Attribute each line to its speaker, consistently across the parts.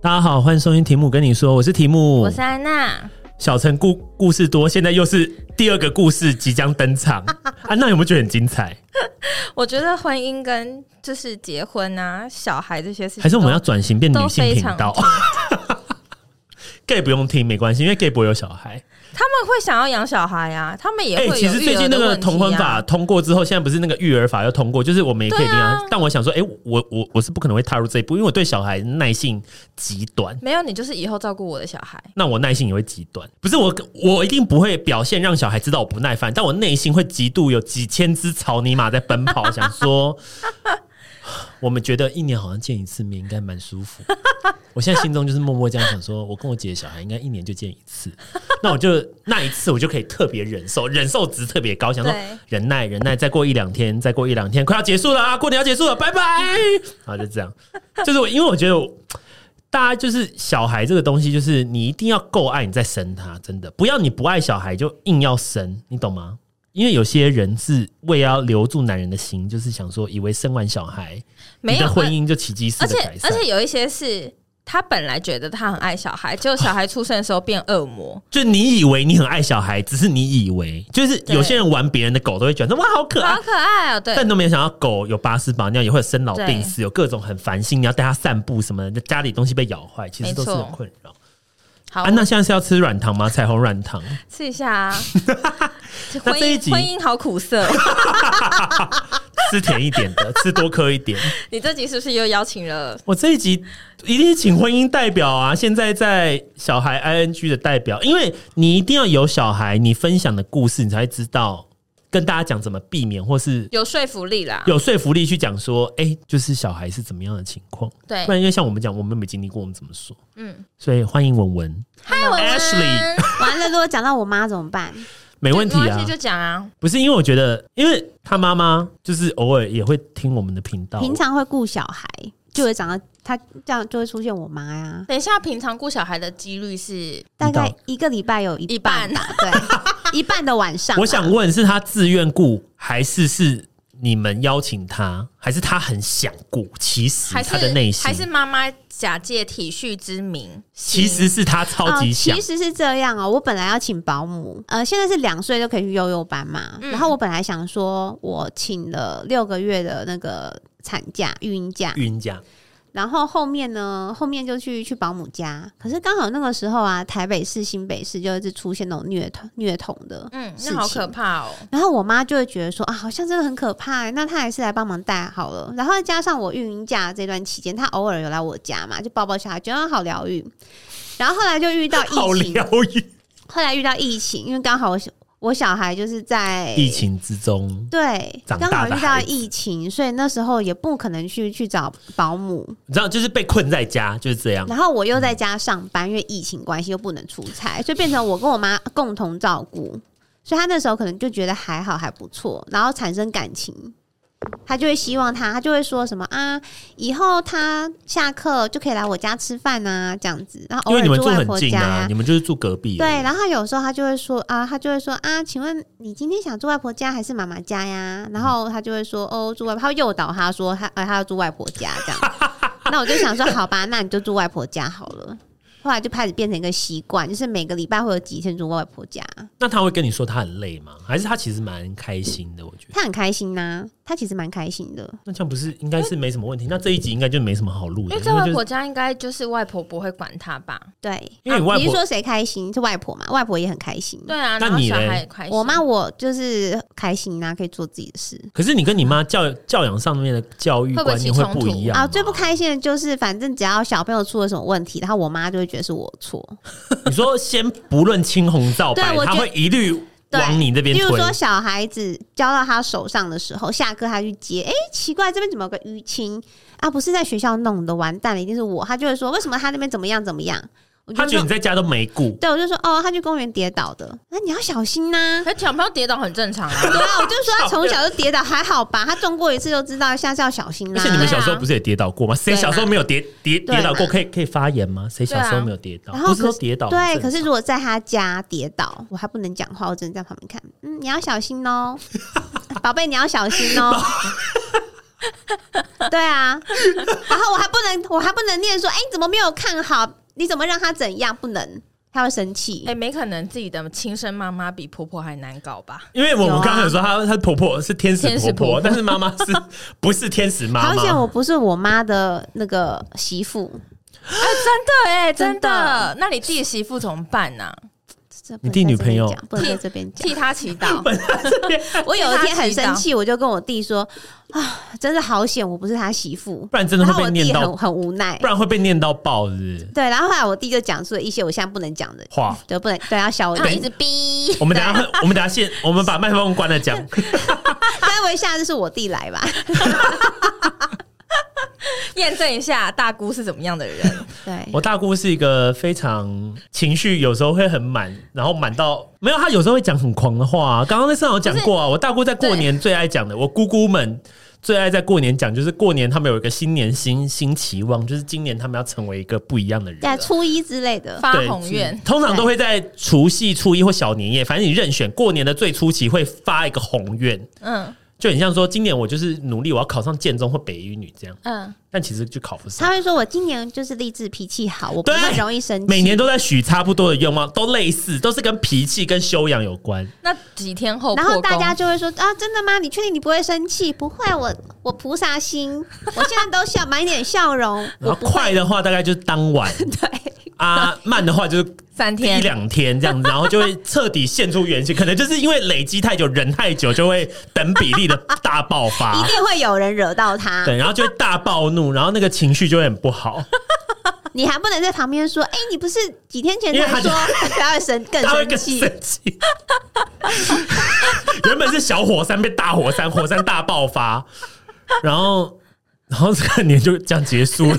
Speaker 1: 大家好，欢迎收听题目跟你说，我是题目，
Speaker 2: 我是安娜。
Speaker 1: 小陈故故事多，现在又是第二个故事即将登 场。安娜有没有觉得很精彩？
Speaker 2: 我觉得婚姻跟就是结婚啊、小孩这些事情都，
Speaker 1: 还是我们要转型变女性频道
Speaker 2: 都非
Speaker 1: ？gay 不用听没关系，因为 gay 不会有小孩。
Speaker 2: 他们会想要养小孩啊，他们也会有育儿
Speaker 1: 哎其
Speaker 2: 的问题啊、
Speaker 1: 实最近那个同婚法通过之后，现在不是那个育儿法要通过，就是我们也可以领养。
Speaker 2: 对啊
Speaker 1: 但我想说，哎、我我我是不可能会踏入这一步，因为我对小孩耐性极短。
Speaker 2: 没有，你就是以后照顾我的小孩。
Speaker 1: 那我耐性也会极短，不是我，我一定不会表现让小孩知道我不耐烦，但我内心会极度有几千只草泥马在奔跑，想说，我们觉得一年好像见一次面应该蛮舒服。 我现在心中就是默默这样想说，我跟我姐的小孩应该一年就见一次， 那我就那一次我就可以特别忍受，忍受值特别高，想说
Speaker 2: 对
Speaker 1: 忍耐忍耐，再过一两天，再过一两天，快要结束了啊，过年要结束了，拜拜，然后就这样，就是我因为我觉得我。大家就是小孩这个东西，就是你一定要够爱你再生他，真的不要你不爱小孩就硬要生，你懂吗？因为有些人是为了要留住男人的心，就是想说以为生完小孩，
Speaker 2: 没
Speaker 1: 你
Speaker 2: 有
Speaker 1: 的婚姻就奇迹
Speaker 2: 而
Speaker 1: 似的
Speaker 2: 且
Speaker 1: 改善。
Speaker 2: 而且有一些是他本来觉得他很爱小孩，结果小孩出生的时候变恶 魔。
Speaker 1: 就你以为你很爱小孩，只是你以为，就是有些人玩别人的狗都会觉得哇好可爱
Speaker 2: 好，可爱哦、对
Speaker 1: 但，都没有想到狗有巴斯把尿，也会有生老病死，有各种很烦心，你要带它散步什么的，家里东西被咬坏，其实都是
Speaker 2: 没错
Speaker 1: 很困扰。
Speaker 2: 好，
Speaker 1: 安娜现在是要吃软糖吗？彩虹软糖。
Speaker 2: 试一下啊。
Speaker 1: 那
Speaker 2: 婚
Speaker 1: 这一
Speaker 2: 姻
Speaker 1: 集
Speaker 2: 婚姻好苦涩，
Speaker 1: 吃甜一点的，吃多颗一点。
Speaker 2: 你这集是不是又邀请了？
Speaker 1: 我这一集一定是请婚姻代表啊，现在在小孩 ing 的代表，因为你一定要有小孩，你分享的故事，你才会知道跟大家讲怎么避免，或是
Speaker 2: 有说服力啦，
Speaker 1: 有说服力去讲说，哎、就是小孩是怎么样的情况。
Speaker 2: 对
Speaker 3: 哎
Speaker 1: 不然因为像我们讲，我们没经历过，我们怎么说？
Speaker 2: 嗯，
Speaker 1: 所以欢迎文文，
Speaker 2: 嗨，我
Speaker 1: Ashley
Speaker 3: 完了，如果讲到我妈怎么办？
Speaker 1: 没问 题
Speaker 2: 没关
Speaker 1: 啊
Speaker 2: 系，。就讲啊。
Speaker 1: 不是因为我觉得，因为他妈妈就是偶尔也会听我们的频道，
Speaker 3: 平常会顾小孩，就会长到她这样就会出现我妈呀。
Speaker 2: 等一下，平常顾小孩的几率是
Speaker 3: 大概一个礼拜有一
Speaker 2: 一
Speaker 3: 半
Speaker 2: 半，
Speaker 3: 吧， 对，一半的晚上啊。
Speaker 1: 我想问，是他自愿雇，还是是你们邀请他，还是他很想雇？其实
Speaker 2: 还
Speaker 1: 他
Speaker 2: 是
Speaker 1: 的内心，
Speaker 2: 还是妈妈假借体恤之名，
Speaker 1: 其实是他超
Speaker 3: 哦，
Speaker 1: 级想
Speaker 3: 其。实是这样哦，我本来要请保姆，呃，现在是两岁就可以去幼幼班嘛。
Speaker 2: 嗯
Speaker 3: 然后我本来想说，我请了六个月的那个产假、育
Speaker 1: 嗯
Speaker 3: 婴假，
Speaker 1: 晕讲，
Speaker 3: 然后后面呢，后面就去去保姆家。可是刚好那个时候啊，台北市、新北市就一直出现那种虐童、虐童的，
Speaker 2: 嗯，那好可怕哦。
Speaker 3: 然后我妈就会觉得说啊，好像真的很可怕欸，那她还是来帮忙带好了。然后再加上我育婴假这段期间，她偶尔有来我家嘛，就抱抱小孩，觉得好疗愈。然后后来就遇 到
Speaker 1: 好
Speaker 3: 哦疫情，
Speaker 1: 疗愈。
Speaker 3: 后来遇到疫情，因为刚好我小我小孩就是在
Speaker 1: 疫情之中，
Speaker 3: 对，
Speaker 1: 长
Speaker 3: 刚
Speaker 1: 大
Speaker 3: 好
Speaker 1: 的
Speaker 3: 遇到
Speaker 1: 孩子
Speaker 3: 疫情，所以那时候也不可能去去找保姆，
Speaker 1: 你知道，就是被困在家，就是这样。
Speaker 3: 然后我又在家上班，因为疫情关系又不能出差，所以变成我跟我妈共同照顾。所以她那时候可能就觉得还好还不错，然后产生感情，她就会希望她，她就会说什么啊，以后她下课就可以来我家吃饭啊，这样子。然
Speaker 1: 因
Speaker 3: 后偶
Speaker 1: 为
Speaker 3: 尔
Speaker 1: 你们
Speaker 3: 住
Speaker 1: 住
Speaker 3: 外
Speaker 1: 很
Speaker 3: 婆
Speaker 1: 近
Speaker 3: 家
Speaker 1: 啊，
Speaker 3: 呀、
Speaker 1: 你们就是住隔壁。
Speaker 3: 对，，然后她有时候她就会说啊，她就会说啊，请问你今天想住外婆家还是妈妈家呀？然后她就会说哦，住外婆，她会诱导她说她呃她要住外婆家这样。 那我就想说，好吧，那你就住外婆家好了。后来就开始变成一个习惯，就是每个礼拜会有几天住外婆家。
Speaker 1: 那他会跟你说他很累吗？还是他其实蛮开心的？我觉得
Speaker 3: 她很开心呐、她其实蛮开心的。
Speaker 1: 那这样不是应该是没什么问题？那这一集应该就没什么好录
Speaker 2: 因
Speaker 1: 的，
Speaker 2: 为
Speaker 1: 因
Speaker 2: 在
Speaker 1: 为
Speaker 2: 外
Speaker 1: 就
Speaker 2: 婆
Speaker 1: 是
Speaker 2: 家应该就是外婆不会管他吧？
Speaker 3: 对，
Speaker 1: 因为你外
Speaker 3: 啊是
Speaker 1: 婆
Speaker 3: 说谁开心？是外婆嘛？外婆也很开心。
Speaker 2: 对啊，
Speaker 1: 那
Speaker 2: 然后
Speaker 1: 你
Speaker 2: 小
Speaker 1: 嘞
Speaker 2: 孩也开心。
Speaker 3: 我妈我就是开心呐、可以做自己的事。
Speaker 1: 可是你跟你妈教教养上面的教育
Speaker 2: 会不会
Speaker 1: 观念
Speaker 2: 起
Speaker 1: 会
Speaker 2: 冲
Speaker 1: 不
Speaker 2: 突
Speaker 1: 一样
Speaker 3: 啊，
Speaker 1: 嘛
Speaker 3: 最不开心的就是，反正只要小朋友出了什么问题，然后我妈就会觉得是我错。
Speaker 1: 你说先不论青红皂白
Speaker 3: 对，我
Speaker 1: 他
Speaker 3: 觉得
Speaker 1: 会一律往你那边
Speaker 3: 例如
Speaker 1: 推。
Speaker 3: 说，小孩子交到他手上的时候，下课他去接，哎、奇怪，这边怎么有个淤青啊？不是在学校弄的，完蛋了，一定是我。他就会说，为什么他那边怎么样怎么样？我
Speaker 1: 他
Speaker 3: 就
Speaker 1: 觉得
Speaker 3: 说
Speaker 1: 你，在家都没顾，
Speaker 3: 对，我就说，哦，他去公园跌倒的，那你要小心 呐、
Speaker 2: 可是小朋友哎跌倒很正常啊。
Speaker 3: 对啊，我就说他从小就跌倒，还好吧？他中过一次就知道，下次要小心
Speaker 1: 而
Speaker 3: 啦
Speaker 1: 且。你们
Speaker 2: 对啊
Speaker 1: 小时候不是也跌倒过吗？谁
Speaker 2: 对嘛
Speaker 1: 小时候没有跌跌
Speaker 3: 对嘛啊
Speaker 1: 跌倒过？可以可以发言吗？谁小时
Speaker 2: 对
Speaker 1: 候
Speaker 2: 啊
Speaker 1: 没有跌倒？
Speaker 3: 然
Speaker 1: 不
Speaker 3: 后
Speaker 1: 是说
Speaker 3: 可
Speaker 1: 跌倒
Speaker 3: 对，
Speaker 1: 很
Speaker 3: 可
Speaker 1: 正
Speaker 3: 是如果在他家跌倒，我还不能讲话，我只能在 旁边看。嗯，你要小心哦，宝贝，你要小心哦。对啊，然后我还不能，我还不能念说，哎、你怎么没有看好？你怎么让他怎样？不能，他会生气。
Speaker 2: 哎、没可能自己的亲生妈妈比婆婆还难搞 吧？
Speaker 1: 因为我
Speaker 3: 有
Speaker 1: 们
Speaker 3: 啊
Speaker 1: 刚刚有说她她婆婆是天使
Speaker 2: 天
Speaker 1: 婆
Speaker 2: 使婆
Speaker 1: 婆，
Speaker 2: 婆
Speaker 1: 但是妈妈是 不是天使妈
Speaker 3: 好险，
Speaker 1: 妈？
Speaker 3: 我不是我妈的那个媳妇。
Speaker 2: 哎、真的哎、真
Speaker 3: 真的
Speaker 2: 的。那你弟媳妇怎么办呢、啊
Speaker 3: 这
Speaker 1: 你
Speaker 3: 不能
Speaker 1: 弟
Speaker 3: 在
Speaker 1: 女
Speaker 3: 这边
Speaker 1: 朋友
Speaker 3: 讲不能在这边讲。
Speaker 2: 替他祈 祷。
Speaker 3: 我有一天很生
Speaker 2: 替他祈
Speaker 3: 气，我就跟我弟说：“啊，真是好险，我不是他媳妇。
Speaker 1: 不然”真的
Speaker 3: 然后
Speaker 1: 会
Speaker 3: 我
Speaker 1: 被
Speaker 3: 弟
Speaker 1: 念
Speaker 3: 很
Speaker 1: 到，
Speaker 3: 很无奈
Speaker 1: 不。然会被念到爆是不是
Speaker 3: 对，然后后来我弟就讲出了一些我现在不能讲的，
Speaker 1: 话。
Speaker 3: 对，不能对，要小我
Speaker 2: 祷，
Speaker 3: 一
Speaker 2: 他
Speaker 3: 点
Speaker 2: 一直逼。
Speaker 1: 我们等一下会，我们等一下先，我们把麦克风关了讲。
Speaker 3: 该不会下次是我 弟来吧？
Speaker 2: 验证一下大姑是怎么样的人。
Speaker 3: 对，
Speaker 1: 我大姑是一个非常情绪有时候会很满，然后满到没有，她有时候会讲很狂的话、刚刚那上有讲过啊，我大姑在过年最爱讲的，我姑姑们最爱在过年讲，就是过年他们有一个新年新新期望，就是今年他们要成为一个不一样的人。啊
Speaker 3: 在初一之类的，
Speaker 2: 发
Speaker 1: 对
Speaker 2: 宏愿，
Speaker 1: 通常都会在除夕、初一或小年夜，反正你任选过年的最初期会发一个宏愿，
Speaker 2: 嗯
Speaker 1: 就很像说今年我就是努力我要考上建中或北一女这样，
Speaker 2: 嗯，
Speaker 1: 但其实就考不上。
Speaker 3: 他会说我今年就是励志脾气好，我不
Speaker 1: 对
Speaker 3: 会容易生气。
Speaker 1: 每年都在许差不多的愿望，都类似，都是跟脾气跟修养有关。
Speaker 2: 那几天后
Speaker 3: 然
Speaker 2: 破
Speaker 3: 后
Speaker 2: 功
Speaker 3: 大家就会说啊，真的吗？你确定你不会生气？不会，我我菩萨心，我现在都笑，满脸笑容，
Speaker 1: 然
Speaker 3: 我
Speaker 1: 后
Speaker 3: 不会。
Speaker 1: 快的话大概就是当晚
Speaker 3: 对，
Speaker 1: 啊，慢的 话就是
Speaker 2: 三
Speaker 1: 一
Speaker 2: 天，
Speaker 1: 两天这样子，然后就会彻底现出原形。可能就是因为累积太久，忍太久，就会等比例的大爆
Speaker 3: 一
Speaker 1: 发，
Speaker 3: 定会有人惹到他。
Speaker 1: 啊对，然后就会大暴怒，然后那个情绪就会很不好，
Speaker 3: 你还不能在旁边说，哎，你不是几天前
Speaker 1: 因为
Speaker 3: 才
Speaker 1: 他就
Speaker 3: 说， 他会生更
Speaker 1: 他会
Speaker 3: 生
Speaker 1: 更
Speaker 3: 气
Speaker 1: 生。气。 原本是小火山变大火山，火山大爆发，然后然后这个年就这样结束了。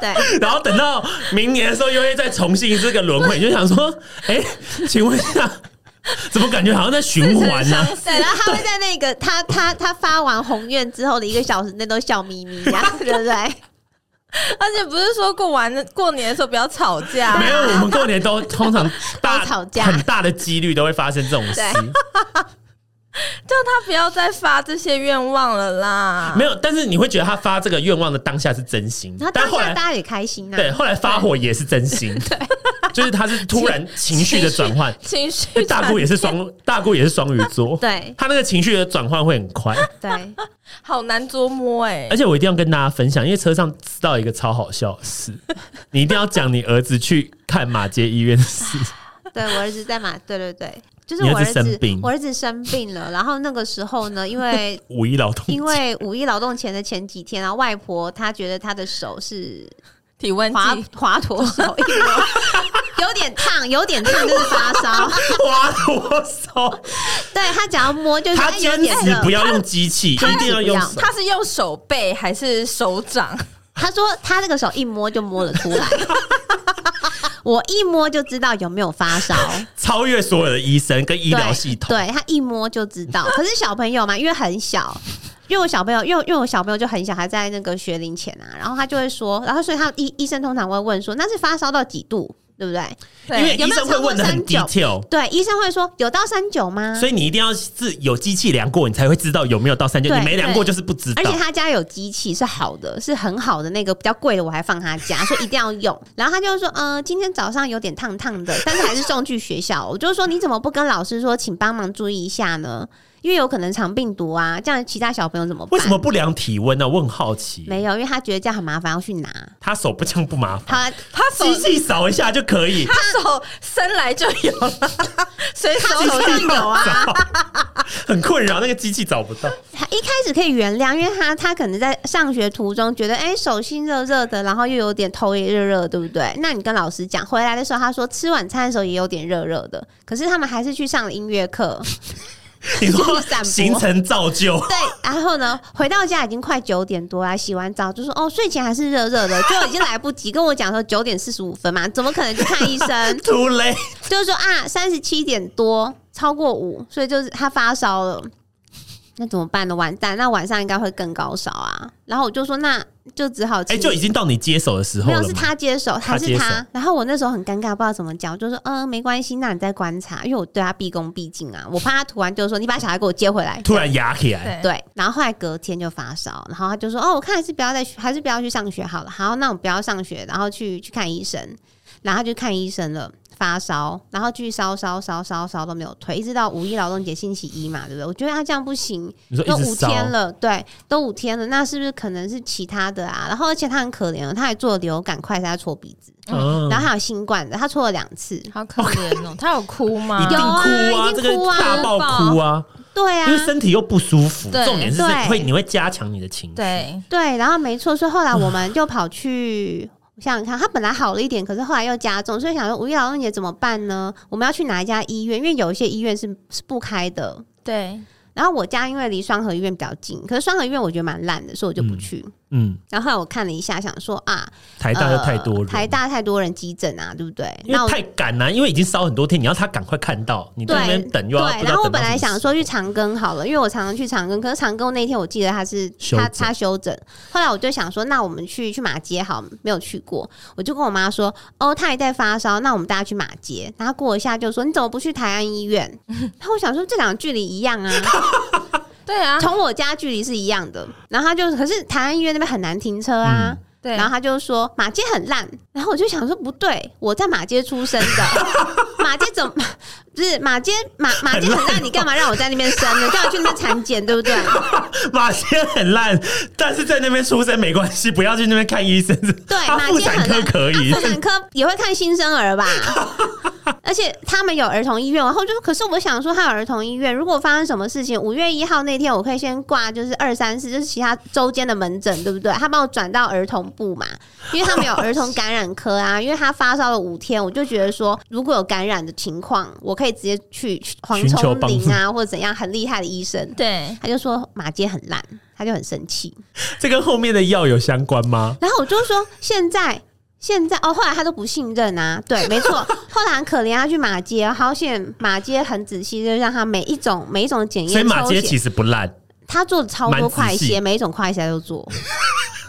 Speaker 3: 对，
Speaker 1: 然后等到明年的时候，又会再重新这个轮回，你就想说，哎、请问一下，怎么感觉好像在循环呢、
Speaker 3: 对，然后他会在那个他他他发完宏愿之后的一个小时内都笑眯眯呀， 对不对？
Speaker 2: 而且不是说过完的过年的时候不要吵架吗
Speaker 1: 没有，我们过年都通常大
Speaker 3: 都吵架
Speaker 1: 很大的几率都会发生这种事。
Speaker 2: 叫他不要再发这些愿望了啦。
Speaker 1: 没有，但是你会觉得他发这个愿望的当下是真心
Speaker 3: 然后，
Speaker 1: 但
Speaker 3: 当
Speaker 1: 后
Speaker 3: 下
Speaker 1: 来
Speaker 3: 大家也开心啊呐。
Speaker 1: 对后来发火也是真心， 就是他是突然情绪的转换。
Speaker 2: 情绪
Speaker 1: 因为大姑也是 双，大姑也是双鱼座，
Speaker 3: 对
Speaker 1: 他那个情绪的转换会很快。
Speaker 3: 对，
Speaker 2: 好难捉摸哎、
Speaker 1: 而且我一定要跟大家分享，因为车上知道一个超好笑的事，你一定要讲你儿子去看马街医院的 事。
Speaker 3: 对我儿子在马，对对对，就是
Speaker 1: 你
Speaker 3: 我
Speaker 1: 儿
Speaker 3: 儿
Speaker 1: 子生
Speaker 3: 子
Speaker 1: 病，
Speaker 3: 我儿子生病了。然后那个时 候呢，因为
Speaker 1: 五一劳动节
Speaker 3: 因为五一劳动前的前几天，然后啊外婆她觉得她的手是
Speaker 2: 体温
Speaker 3: 滑
Speaker 2: 计
Speaker 3: 滑脱手，一 摸有点烫，有点烫，就是发烧。
Speaker 1: 哇，我 手，
Speaker 3: 对她只要摸就是
Speaker 1: 他
Speaker 3: 哎有
Speaker 1: 坚
Speaker 3: 点
Speaker 1: 持
Speaker 3: 热
Speaker 1: 不。要用机器，
Speaker 3: 他
Speaker 1: 一定要用
Speaker 3: 他
Speaker 1: 手。
Speaker 2: 他是用手背还是手掌？
Speaker 3: 她说她那个手一摸就摸了 出来。我一摸就知道有没有发烧，
Speaker 1: 超越所有的医生跟医疗系统。
Speaker 3: 对对他一摸就知道。可是小朋友嘛，因为很小，因为我小朋友，因为因为我小朋友就很小，还在那个学龄前啊，然后他就会说，然后所以他医医生通常会问说，那是发烧到几度，对不对？
Speaker 1: 因为
Speaker 2: 对，
Speaker 3: 有
Speaker 1: 医
Speaker 3: 没有
Speaker 1: 生会问的很
Speaker 3: 超过
Speaker 1: detail，
Speaker 3: 对，医生会说有到三九吗？
Speaker 1: 所以你一定要是有机器量过，你才会知道有没有到三九。
Speaker 3: 对
Speaker 1: 你没量过就是不知
Speaker 3: 而
Speaker 1: 道
Speaker 3: 且。他家有机器是好的，是很好的那个比较贵的，我还放他 家，所以一定要用。然后他就说，呃，今天早上有点烫烫 的，但是还是送去学校。我就说你怎么不跟老师说，请帮忙注意一下呢？因为有可能肠病毒啊，这样其他小朋友怎么办？
Speaker 1: 为什么不量体温呢？我很好奇。
Speaker 3: 没有，因为他觉得这样很麻烦，要去拿。
Speaker 1: 他手不枪不麻烦，
Speaker 3: 他
Speaker 2: 他手
Speaker 1: 机器扫一下就可以。
Speaker 2: 他手伸来就有了，随手
Speaker 3: 手上有啊，
Speaker 1: 很困扰，那个机器找不到。
Speaker 3: 他一开始可以原谅，因为他他可能在上学途中觉得，哎、手心热热的，然后又有点头也热热，对不对？那你跟老师讲，回来的时候他说吃晚餐的时候也有点热热的，可是他们还是去上了音乐课，
Speaker 1: 你说
Speaker 3: 去散步
Speaker 1: 行程造就，
Speaker 3: 对，然后呢，回到家已经快九点多啦，洗完澡就说哦，睡前还是热热的，就已经来不及跟我讲说九点四十五分嘛，怎么可能去看医 生？
Speaker 1: too late。
Speaker 3: 就是说啊，三十七点多，超过五，所以就是他发烧了。那怎么办呢？完蛋，那晚上应该会更高烧啊。然后我就说，那就只好
Speaker 1: 哎、
Speaker 3: 请
Speaker 1: 就已经到你接手的时候
Speaker 3: 没
Speaker 1: 了吗？
Speaker 3: 有是他接手，还是
Speaker 1: 接手
Speaker 3: 他。然后我那时候很尴尬，不知道怎么讲，我就说嗯，没关系，那你再观察，因为我对他毕恭毕敬啊，我怕他突然就说你把小孩给我接回来。
Speaker 1: 突然压起来，
Speaker 2: 对，
Speaker 3: 对，然后后来隔天就发烧，然后他就说：“哦，我看还是不要再去，还是不要去上学好了。好，那我不要上学，然后去去看医生，然后他就看医生了，发烧，然后继续烧烧烧烧烧都没有退，一直到五一劳动节星期一嘛，对不对？我觉得他这样不行，
Speaker 1: 你说
Speaker 3: 都
Speaker 1: 一
Speaker 3: 五
Speaker 1: 直烧，
Speaker 3: 天了，对，都五天了，那是不是可能是其他的啊？然后而且他很可怜哦，他还做了流感快筛戳鼻子，
Speaker 1: 嗯
Speaker 3: 然后还有新冠的，他戳了两次。
Speaker 2: 好可怜哦。他有哭吗？
Speaker 1: 一定
Speaker 3: 有啊
Speaker 1: 哭
Speaker 3: 一
Speaker 1: 这
Speaker 3: 定
Speaker 1: 个
Speaker 3: 哭啊
Speaker 1: 大爆哭啊，
Speaker 3: 对啊
Speaker 1: 因，为身体又不舒服，
Speaker 2: 对
Speaker 1: 重点是
Speaker 3: 对
Speaker 1: 会你会加强你的情绪，
Speaker 2: 对，
Speaker 3: 对，然后没错，所以后来我们就跑去。我 想想看，他本来好了一点，可是后来又加重，所以想说五嗯一劳动节怎么办呢？我们要去哪一家医院？因为有一些医院是是不开的。
Speaker 2: 对，
Speaker 3: 然后我家因为离双河医院比较近，可是双河医院我觉得蛮烂的，所以我就不去。
Speaker 1: 嗯，
Speaker 3: 然后后来我看了一下，想说啊，
Speaker 1: 台大又
Speaker 3: 呃
Speaker 1: 太多人，
Speaker 3: 台大太多人急诊啊，对不对？
Speaker 1: 因为
Speaker 3: 那我
Speaker 1: 太赶了、因为已经烧很多天，你要他赶快看到，你在那边等又要不
Speaker 3: 对，
Speaker 1: 知
Speaker 3: 然
Speaker 1: 道
Speaker 3: 后我
Speaker 1: 等到
Speaker 3: 本
Speaker 1: 什
Speaker 3: 来
Speaker 1: 么时
Speaker 3: 想
Speaker 1: 候
Speaker 3: 说去长庚好了，因为我常常去长庚，可是长庚那天我记得他是
Speaker 1: 休
Speaker 3: 他
Speaker 1: 诊
Speaker 3: 他休整，后来我就想说，那我们去去马街好，没有去过，我就跟我妈说，哦，他也在发烧，那我们大家去马街，然后过一下就说你怎么不去台安医院？ 然后我想说这两个距离 一样啊，
Speaker 2: 对啊，
Speaker 3: 从我家距离是一样的，然后他就可是台安医院那边很难停车啊。
Speaker 1: 嗯
Speaker 2: 对，
Speaker 3: 然后他就说马街很烂，然后我就想说不对，我在马街出生的，马街怎么不是马街马马街很烂，你干嘛让我在那边生呢？干嘛去那边产检，对不对？
Speaker 1: 马街很烂，但是在那边出生没关系，不要去那边看医生。
Speaker 3: 对，
Speaker 1: 他
Speaker 3: 马
Speaker 1: 妇
Speaker 3: 街
Speaker 1: 产
Speaker 3: 很
Speaker 1: 科可
Speaker 3: 烂，
Speaker 1: 以
Speaker 3: 妇，产科也会看新 生儿吧？而且他们有儿童医院，然后就是，可是我想说，他有儿童医院，如果发生什么事情，五月一号那天我可以先挂，就是二三四，就是其他周间的门诊，对不对？他帮我转到儿童部嘛，因为他们有儿童感染科啊， 因为他发烧了五天，我就觉得说，如果有感染的情况，我可以直接去黄
Speaker 1: 寻求
Speaker 3: 冲
Speaker 1: 帮助
Speaker 3: 林啊，或者怎样很厉害的医生。
Speaker 2: 对，
Speaker 3: 他就说马街很烂，他就很生气。
Speaker 1: 这跟后面的药有相关吗？
Speaker 3: 然后我就说现在。现在哦，后来他都不信任啊，对，没 错。后来很可怜，他去马街，好险马街很仔细，就让他每一种每一种检
Speaker 1: 所以
Speaker 3: 验
Speaker 1: 马
Speaker 3: 抽
Speaker 1: 街其
Speaker 3: 血，
Speaker 1: 实不烂，
Speaker 3: 他做的超
Speaker 1: 蛮
Speaker 3: 多
Speaker 1: 仔
Speaker 3: 快
Speaker 1: 细
Speaker 3: 些，每一种快些都做，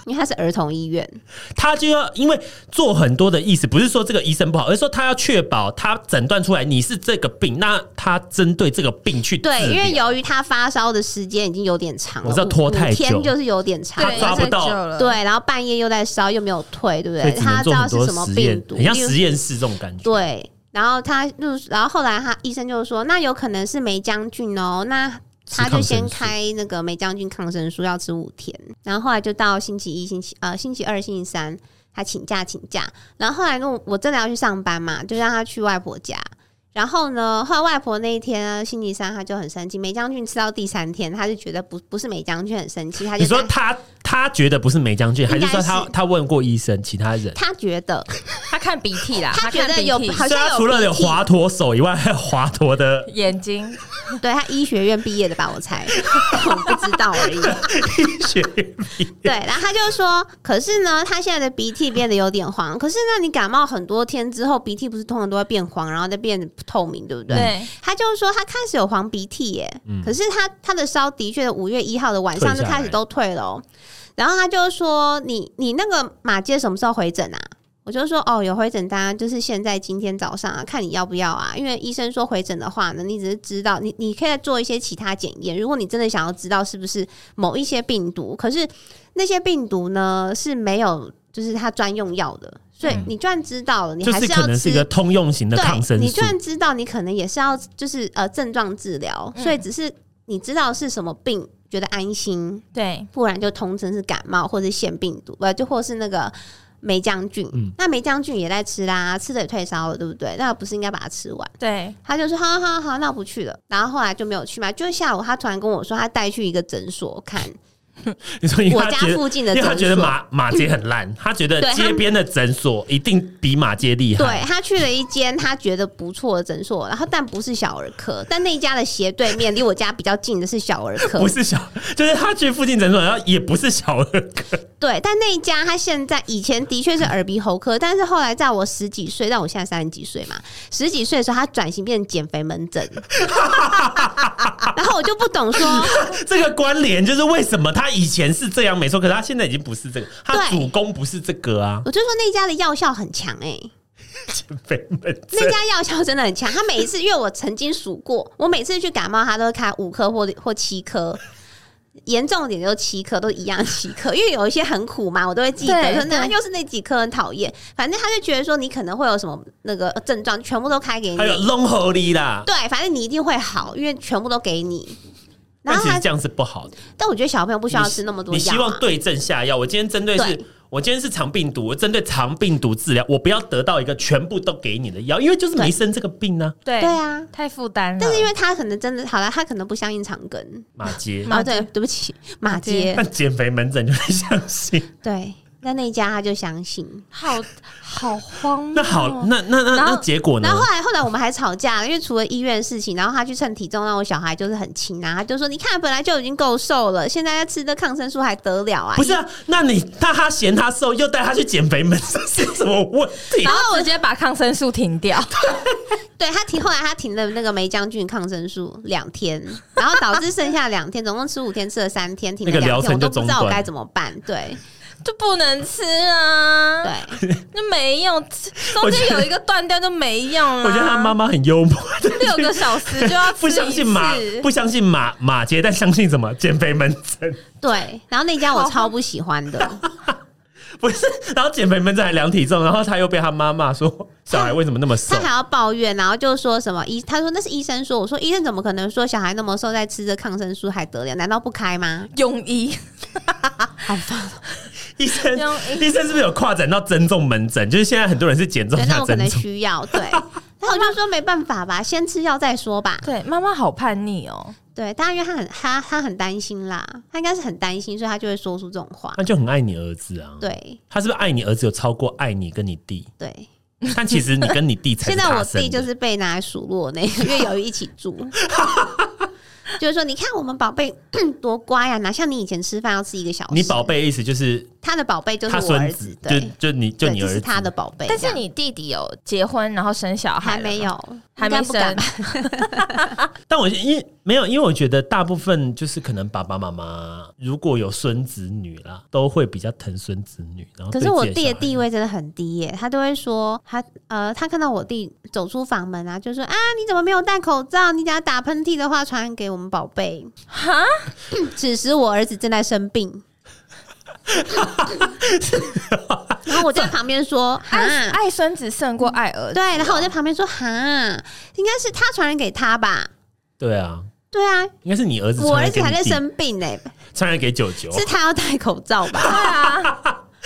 Speaker 3: 因为他是儿童医院，
Speaker 1: 他就要因为做很多的意思，不是说这个医生不好，而是说他要确保他诊断出来你是这个病，那他针对这个病去治疗。
Speaker 3: 对，因为由于他发烧的时间已经有点长了，
Speaker 1: 我知道拖
Speaker 3: 五
Speaker 1: 太
Speaker 3: 五
Speaker 1: 久
Speaker 3: 天就是有点长
Speaker 1: 他
Speaker 2: 对，
Speaker 1: 抓
Speaker 2: 要
Speaker 1: 不
Speaker 2: 太
Speaker 1: 到
Speaker 2: 久了，
Speaker 3: 对，然后半夜又在烧，又没有退，对不
Speaker 1: 所
Speaker 3: 对？
Speaker 1: 以只能
Speaker 3: 他知
Speaker 1: 做
Speaker 3: 道
Speaker 1: 很
Speaker 3: 是
Speaker 1: 多
Speaker 3: 什么
Speaker 1: 实验
Speaker 3: 病，毒，
Speaker 1: 很像
Speaker 3: 例如
Speaker 1: 实验室这种感觉。
Speaker 3: 对，然后他就是，然后后来他医生就说，那有可能是梅将军哦，那他就先开那个梅将军抗生素，要吃五天，然后后来就到星期一、星期呃星期二、星期三，他请假请假，然后后来呢，我真的要去上班嘛，就让他去外婆家。然后呢，后来外婆那一天呢，星期三他就很生气，梅将军吃到第三天，他就觉得不不是梅将军很生气，他就
Speaker 1: 你说
Speaker 3: 在
Speaker 1: 他他觉得不是梅将军，还
Speaker 3: 应
Speaker 1: 是
Speaker 3: 该
Speaker 1: 说他
Speaker 3: 是
Speaker 1: 他问过医生其他人？
Speaker 3: 他觉得
Speaker 2: 他看鼻涕啦，
Speaker 3: 他觉
Speaker 2: 看
Speaker 3: 得
Speaker 2: 鼻
Speaker 3: 有
Speaker 2: 涕
Speaker 3: 好
Speaker 1: 所以他
Speaker 3: 像
Speaker 1: 除了有
Speaker 3: 鼻涕
Speaker 1: 滑脱手以外，还有滑脱的
Speaker 2: 眼睛，
Speaker 3: 对他医学院毕业的吧，我猜， 我不知道而已。
Speaker 1: 医学
Speaker 3: 对，然后他就说，可是呢，他现在的鼻涕变得有点黄。可是那你感冒很多天之后，鼻涕不是通常都会变黄，然后再变得透明，对不对？
Speaker 2: 对，
Speaker 3: 他就是说他开始有黄鼻涕耶，
Speaker 1: 嗯
Speaker 3: 可是他他的烧的确五月一号的晚上
Speaker 1: 退
Speaker 3: 就
Speaker 1: 下来
Speaker 3: 开始都退了哦、然后他就说你你那个马街什么时候回诊啊？我就说哦，有回诊单，就是现在今天早上啊，看你要不要啊。因为医生说回诊的话呢，你只是知道你你可以再做一些其他检验。如果你真的想要知道是不是某一些病毒，可是那些病毒呢是没有就是它专用药的，所以
Speaker 1: 嗯
Speaker 3: 你就算知道了， 你
Speaker 1: 就
Speaker 3: 还
Speaker 1: 是
Speaker 3: 要
Speaker 1: 可能是
Speaker 3: 吃
Speaker 1: 一个通用型的抗生
Speaker 3: 对，你
Speaker 1: 素
Speaker 3: 就，算知道，你可能也是要就是呃症状治疗，
Speaker 2: 嗯
Speaker 3: 所以只是你知道是什么病，觉得安心，
Speaker 2: 对，
Speaker 3: 不然就通称是感冒或者腺病毒，呃，就或是那个梅将军。
Speaker 1: 嗯
Speaker 3: 那梅将军也在吃啦，吃的也退烧了，对不对？那不是应该把它吃完？
Speaker 2: 对，
Speaker 3: 他就说好好好，那我不去了。然后后来就没有去嘛。就下午他突然跟我说，他带去一个诊所看，
Speaker 1: 你说因为
Speaker 3: 我
Speaker 1: 他
Speaker 3: 家
Speaker 1: 觉得，
Speaker 3: 附近的
Speaker 1: 因为他
Speaker 3: 诊
Speaker 1: 觉得
Speaker 3: 所。
Speaker 1: 马马街很烂，他觉得
Speaker 3: 对他
Speaker 1: 街边的诊所一定比马街厉害。
Speaker 3: 对他去了一间他觉得不错的诊所，然后但不是小儿科，但那一家的斜对面离我家比较近的是小儿科
Speaker 1: 不，是小，就是他去附近诊所，然后也不是小儿 科，
Speaker 3: 对，但那一家他现在以前的确是耳鼻喉科，但是后来在我十几岁，但我现在三十几岁嘛，十几岁的时候他转型变成减肥门诊， 然后我就不懂说，
Speaker 1: 这个关联就是为什么他以前是这样没错，可是他现在已经不是这个，他
Speaker 3: 对
Speaker 1: 主攻不是这个啊，
Speaker 3: 我就说那家的药效很强哎、
Speaker 1: 减肥门诊
Speaker 3: 那家药效真的很强，他每一次，因为我曾经数过，我每次去感冒，他都会开五颗或或七颗，严重点就七颗，都一样七颗，因为有一些很苦嘛，我都会记得，
Speaker 2: 对
Speaker 3: 说那
Speaker 2: 对
Speaker 3: 又是那几颗很讨厌，反正他就觉得说你可能会有什么那个症状，全部都开给你
Speaker 1: 还，有龙喉力啦，
Speaker 3: 对，反正你一定会好，因为全部都给你。然
Speaker 1: 但
Speaker 3: 后
Speaker 1: 其实
Speaker 3: 他，
Speaker 1: 这样是不好的。
Speaker 3: 但我觉得小朋友不需要
Speaker 1: 你
Speaker 3: 吃那么多
Speaker 1: 你
Speaker 3: 药、
Speaker 1: 希望
Speaker 3: 啊，
Speaker 1: 对症下药。我今天针对是
Speaker 3: 对，
Speaker 1: 我今天是肠病毒，我针对肠病毒治疗，我不要得到一个全部都给你的药，因为就是没生这个病呢、
Speaker 2: 对
Speaker 3: 对啊。
Speaker 1: 嗯
Speaker 2: 太负担了。
Speaker 3: 但是因为他可能真的好了，他可能不相信长根
Speaker 1: 马街。
Speaker 2: 马
Speaker 3: 啊，
Speaker 2: 街
Speaker 3: 对，对不起，马
Speaker 2: 马街
Speaker 3: 街，
Speaker 1: 但减肥门诊就会相信，
Speaker 2: 嗯
Speaker 3: 对，那那一家他就相信，
Speaker 2: 好好荒谬，哦
Speaker 1: 那好，那那那
Speaker 2: 然后
Speaker 1: 那结果呢
Speaker 3: 然？后后来后来我们还吵架了，因为除了医院的事情，然后他去称体重，让我小孩就是很轻啊，他就说你看本来就已经够瘦了，现在要吃的抗生素还得了啊？
Speaker 1: 不是啊，那你那他嫌他瘦，又带他去减肥门诊，是什么问题
Speaker 2: 然？后直接把抗生素停 掉，
Speaker 3: 对他停，后来他停了那个梅将军抗生素两天，然后导致剩下两天，总共吃五天，吃了三天，停了
Speaker 1: 那个疗
Speaker 3: 两天，我
Speaker 1: 程就
Speaker 3: 都不知道
Speaker 1: 中
Speaker 3: 我
Speaker 1: 断
Speaker 3: 该怎么办。对
Speaker 2: 就不能吃啊。
Speaker 3: 对，，
Speaker 2: 那没用，中间有一个断掉就没用了。
Speaker 1: 我觉得他妈妈很幽默，
Speaker 2: 六个小时就要吃
Speaker 1: 不相信马
Speaker 2: 一次
Speaker 1: 不相信马马杰，但相信什么减肥门诊？
Speaker 3: 对，然后那家我超不喜欢 的，
Speaker 1: 不是，然后减肥门诊还量体重，然后他又被他妈骂说小孩为什么那么瘦
Speaker 3: 他？还要抱怨，然后就说什么医，他说那是医生说，我说医生怎么可能说小孩那么瘦，在吃着抗生素还得了？难道不开吗？
Speaker 2: 庸医，
Speaker 3: 好烦，
Speaker 1: 医生
Speaker 2: 用
Speaker 1: 医生是不是有跨展到增重门诊？就是现在很多人是减重
Speaker 3: 对，那
Speaker 1: 下
Speaker 3: 我可
Speaker 1: 增
Speaker 3: 能
Speaker 1: 重，
Speaker 3: 需要 对。然后我就说没办法吧，先吃药再说吧。
Speaker 2: 对妈妈好叛逆哦。
Speaker 3: 对，当然因为他很他他很担心啦，他应该是很担心，所以他就会说出这种话。
Speaker 1: 那就很爱你儿子啊。
Speaker 3: 对
Speaker 1: 他是不是爱你儿子有超过爱你跟你弟？
Speaker 3: 对，
Speaker 1: 但其实你跟你弟才
Speaker 3: 现
Speaker 1: 是
Speaker 3: 在
Speaker 1: 他
Speaker 3: 我
Speaker 1: 生
Speaker 3: 弟就
Speaker 1: 的。
Speaker 3: 是被拿来数落那个，因为由于一起 住，就是说你看我们宝贝 多乖呀、哪像你以前吃饭要吃一个小时，
Speaker 1: 你宝贝的意思就是
Speaker 3: 他的宝贝就是
Speaker 1: 他
Speaker 3: 我
Speaker 1: 孙
Speaker 3: 儿
Speaker 1: 子，就
Speaker 3: 对，
Speaker 1: 就你就
Speaker 3: 对
Speaker 1: 你
Speaker 3: 这
Speaker 1: 儿
Speaker 3: 是
Speaker 1: 子，
Speaker 3: 他的宝贝这
Speaker 2: 但
Speaker 3: 样。
Speaker 2: 是你弟弟有哦结婚然后生小孩
Speaker 3: 还
Speaker 2: 了吗
Speaker 3: 没有，
Speaker 2: 还
Speaker 3: 应该
Speaker 2: 没
Speaker 3: 不敢
Speaker 2: 生
Speaker 3: 吧？，
Speaker 1: 但我因为没有，因为我觉得大部分就是可能爸爸妈妈如果有孙子女啦，都会比较疼孙子女。然后
Speaker 3: 可是我
Speaker 1: 哦对自
Speaker 3: 弟
Speaker 1: 己
Speaker 3: 的
Speaker 1: 小孩
Speaker 3: 地位真的很低耶，他都会说他呃，他看到我弟走出房门啊，就说啊，你怎么没有戴口罩？你等下打喷嚏的话，传染给我们宝贝。
Speaker 2: 哈，
Speaker 3: 此时我儿子正在生病，然后我在旁边说哈。
Speaker 2: 爱爱孙子胜过爱儿子。
Speaker 3: 对，然后我在旁边说：“哈，应该是他传染给他吧？
Speaker 1: 对啊，
Speaker 3: 对啊，
Speaker 1: 应该是你儿哦子，
Speaker 3: 我儿子还在，生病呢、
Speaker 1: 传染给九九，
Speaker 3: 是他要戴口罩
Speaker 2: 啊
Speaker 3: 吧？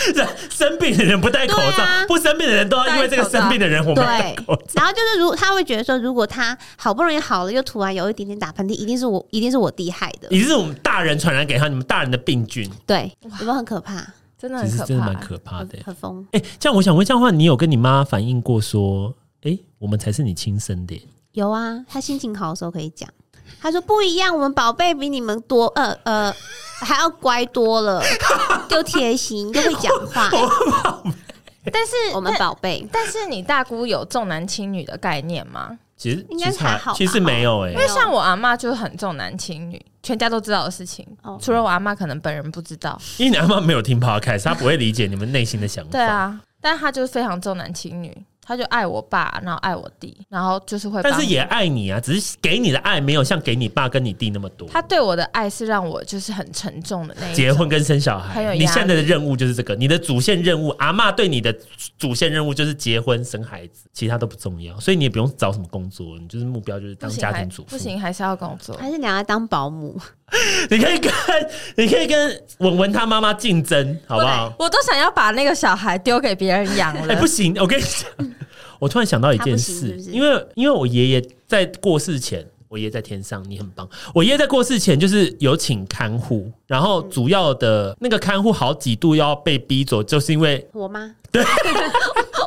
Speaker 1: 生病的人不戴口
Speaker 3: 对
Speaker 1: 罩，
Speaker 3: 啊
Speaker 1: 不生病的人都要因为这个生病的人，我们要戴
Speaker 3: 对
Speaker 1: 口罩。，
Speaker 3: 然后就是如他会觉得说，如果他好不容易好了，又突然有一点点打喷嚏，一定是我，一定是我弟害的。
Speaker 1: 也是我们大人传染给他，你们大人的病菌，
Speaker 3: 对，有没有很可怕？
Speaker 1: 啊
Speaker 2: 真的
Speaker 1: 其
Speaker 2: 很
Speaker 1: 实
Speaker 2: 可怕，
Speaker 1: 真的蛮可怕的
Speaker 3: 嗯很。很疯。
Speaker 1: 哎、这样我想问，这样的话，你有跟你妈反映过说，哎、我们才是你亲生的耶？
Speaker 3: 有啊，他心情好的时候可以讲。他说不一样，我们宝贝比你们多，呃呃， 还要乖 多了，又贴心又会讲话。
Speaker 1: 哦
Speaker 2: 但是
Speaker 3: 我们
Speaker 2: 但
Speaker 3: 宝贝，
Speaker 2: 但是你大姑有重男轻女的概念吗？
Speaker 1: 其实
Speaker 3: 应该
Speaker 1: 其实还
Speaker 3: 还好吧
Speaker 1: 其实没有哎、
Speaker 2: 因为像我阿妈就很重男轻女，全家都知道的事情，
Speaker 3: 哦
Speaker 2: 除了我阿妈可能本人不知道。
Speaker 1: 因为你阿妈没有听 podcast，她不会理解你们内心的想法。
Speaker 2: 对，啊，但她就是非常重男轻女，她就爱我爸，然后爱我弟，然后就是会帮，
Speaker 1: 但是也爱你啊，只是给你的爱没有像给你爸跟你弟那么多。
Speaker 2: 她对我的爱是让我就是很沉重的那一种
Speaker 1: 结婚跟生小
Speaker 2: 很有
Speaker 1: 孩，
Speaker 2: 压力
Speaker 1: 你现在的任务就是这个，你的主线任务，阿嬷对你的主线任务就是结婚生孩子，其他都不重要，所以你也不用找什么工作，你就是目标就是
Speaker 2: 不
Speaker 1: 当
Speaker 2: 行
Speaker 1: 家
Speaker 2: 还
Speaker 1: 庭主妇。
Speaker 2: 不行，还是要工作。
Speaker 3: 还是你要来当保姆？
Speaker 1: 你可以跟你可以跟文文他妈妈竞争，好不好？
Speaker 2: 我都想要把那个小孩丢给别人养
Speaker 1: 哎、
Speaker 2: 了
Speaker 1: 不，行，我跟你讲，我突然想到一件
Speaker 3: 他不
Speaker 1: 事，
Speaker 3: 行是不是
Speaker 1: 因为因为我爷爷在过世前，我我爷在天上，你很棒。我爷在过世前就是有请看护，然后主要的那个看护好几度要被逼走，就是因为
Speaker 3: 我妈，对，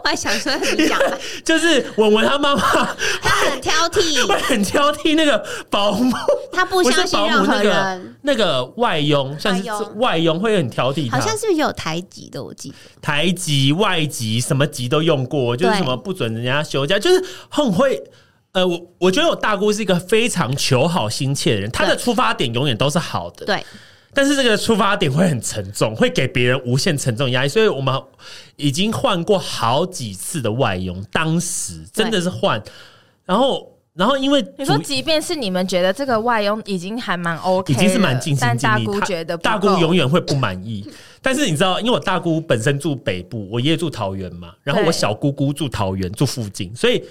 Speaker 3: 我还想说你讲 吧，
Speaker 1: 就是文文他妈妈
Speaker 3: 她很挑
Speaker 1: 会
Speaker 3: 剔，
Speaker 1: 很挑剔那个保姆，
Speaker 3: 她不
Speaker 1: 不
Speaker 3: 相
Speaker 1: 是
Speaker 3: 信
Speaker 1: 保姆
Speaker 3: 任
Speaker 1: 那
Speaker 3: 何
Speaker 1: 个
Speaker 3: 人，
Speaker 1: 那个外佣，算是
Speaker 3: 外佣
Speaker 1: 外佣会很挑剔他，
Speaker 3: 好像是不是也有台籍的？我记得
Speaker 1: 台籍、外籍什么籍都用过，就是
Speaker 3: 对
Speaker 1: 什么不准人家休假，就是很会。呃，我我觉得我大姑是一个非常求好心切的人，她的
Speaker 3: 对
Speaker 1: 出发点永远都是好的，
Speaker 3: 对，
Speaker 1: 但是这个出发点会很沉重，会给别人无限沉重压力，所以我们已经换过好几次的外佣，当时真的是换，然后然后因为
Speaker 2: 你说，
Speaker 1: 主
Speaker 2: 即便是你们觉得这个外佣已经还蛮 OK，
Speaker 1: 已经是蛮
Speaker 2: 了
Speaker 1: 尽心
Speaker 2: 但
Speaker 1: 尽
Speaker 2: 大
Speaker 1: 力，
Speaker 2: 姑
Speaker 1: 他
Speaker 2: 觉得不
Speaker 1: 大姑
Speaker 2: 够
Speaker 1: 永远会不满意。但是你知道，因为我大姑本身住北部，我爷爷住桃园嘛，然后
Speaker 2: 对
Speaker 1: 我小姑姑住桃园，住附近，所以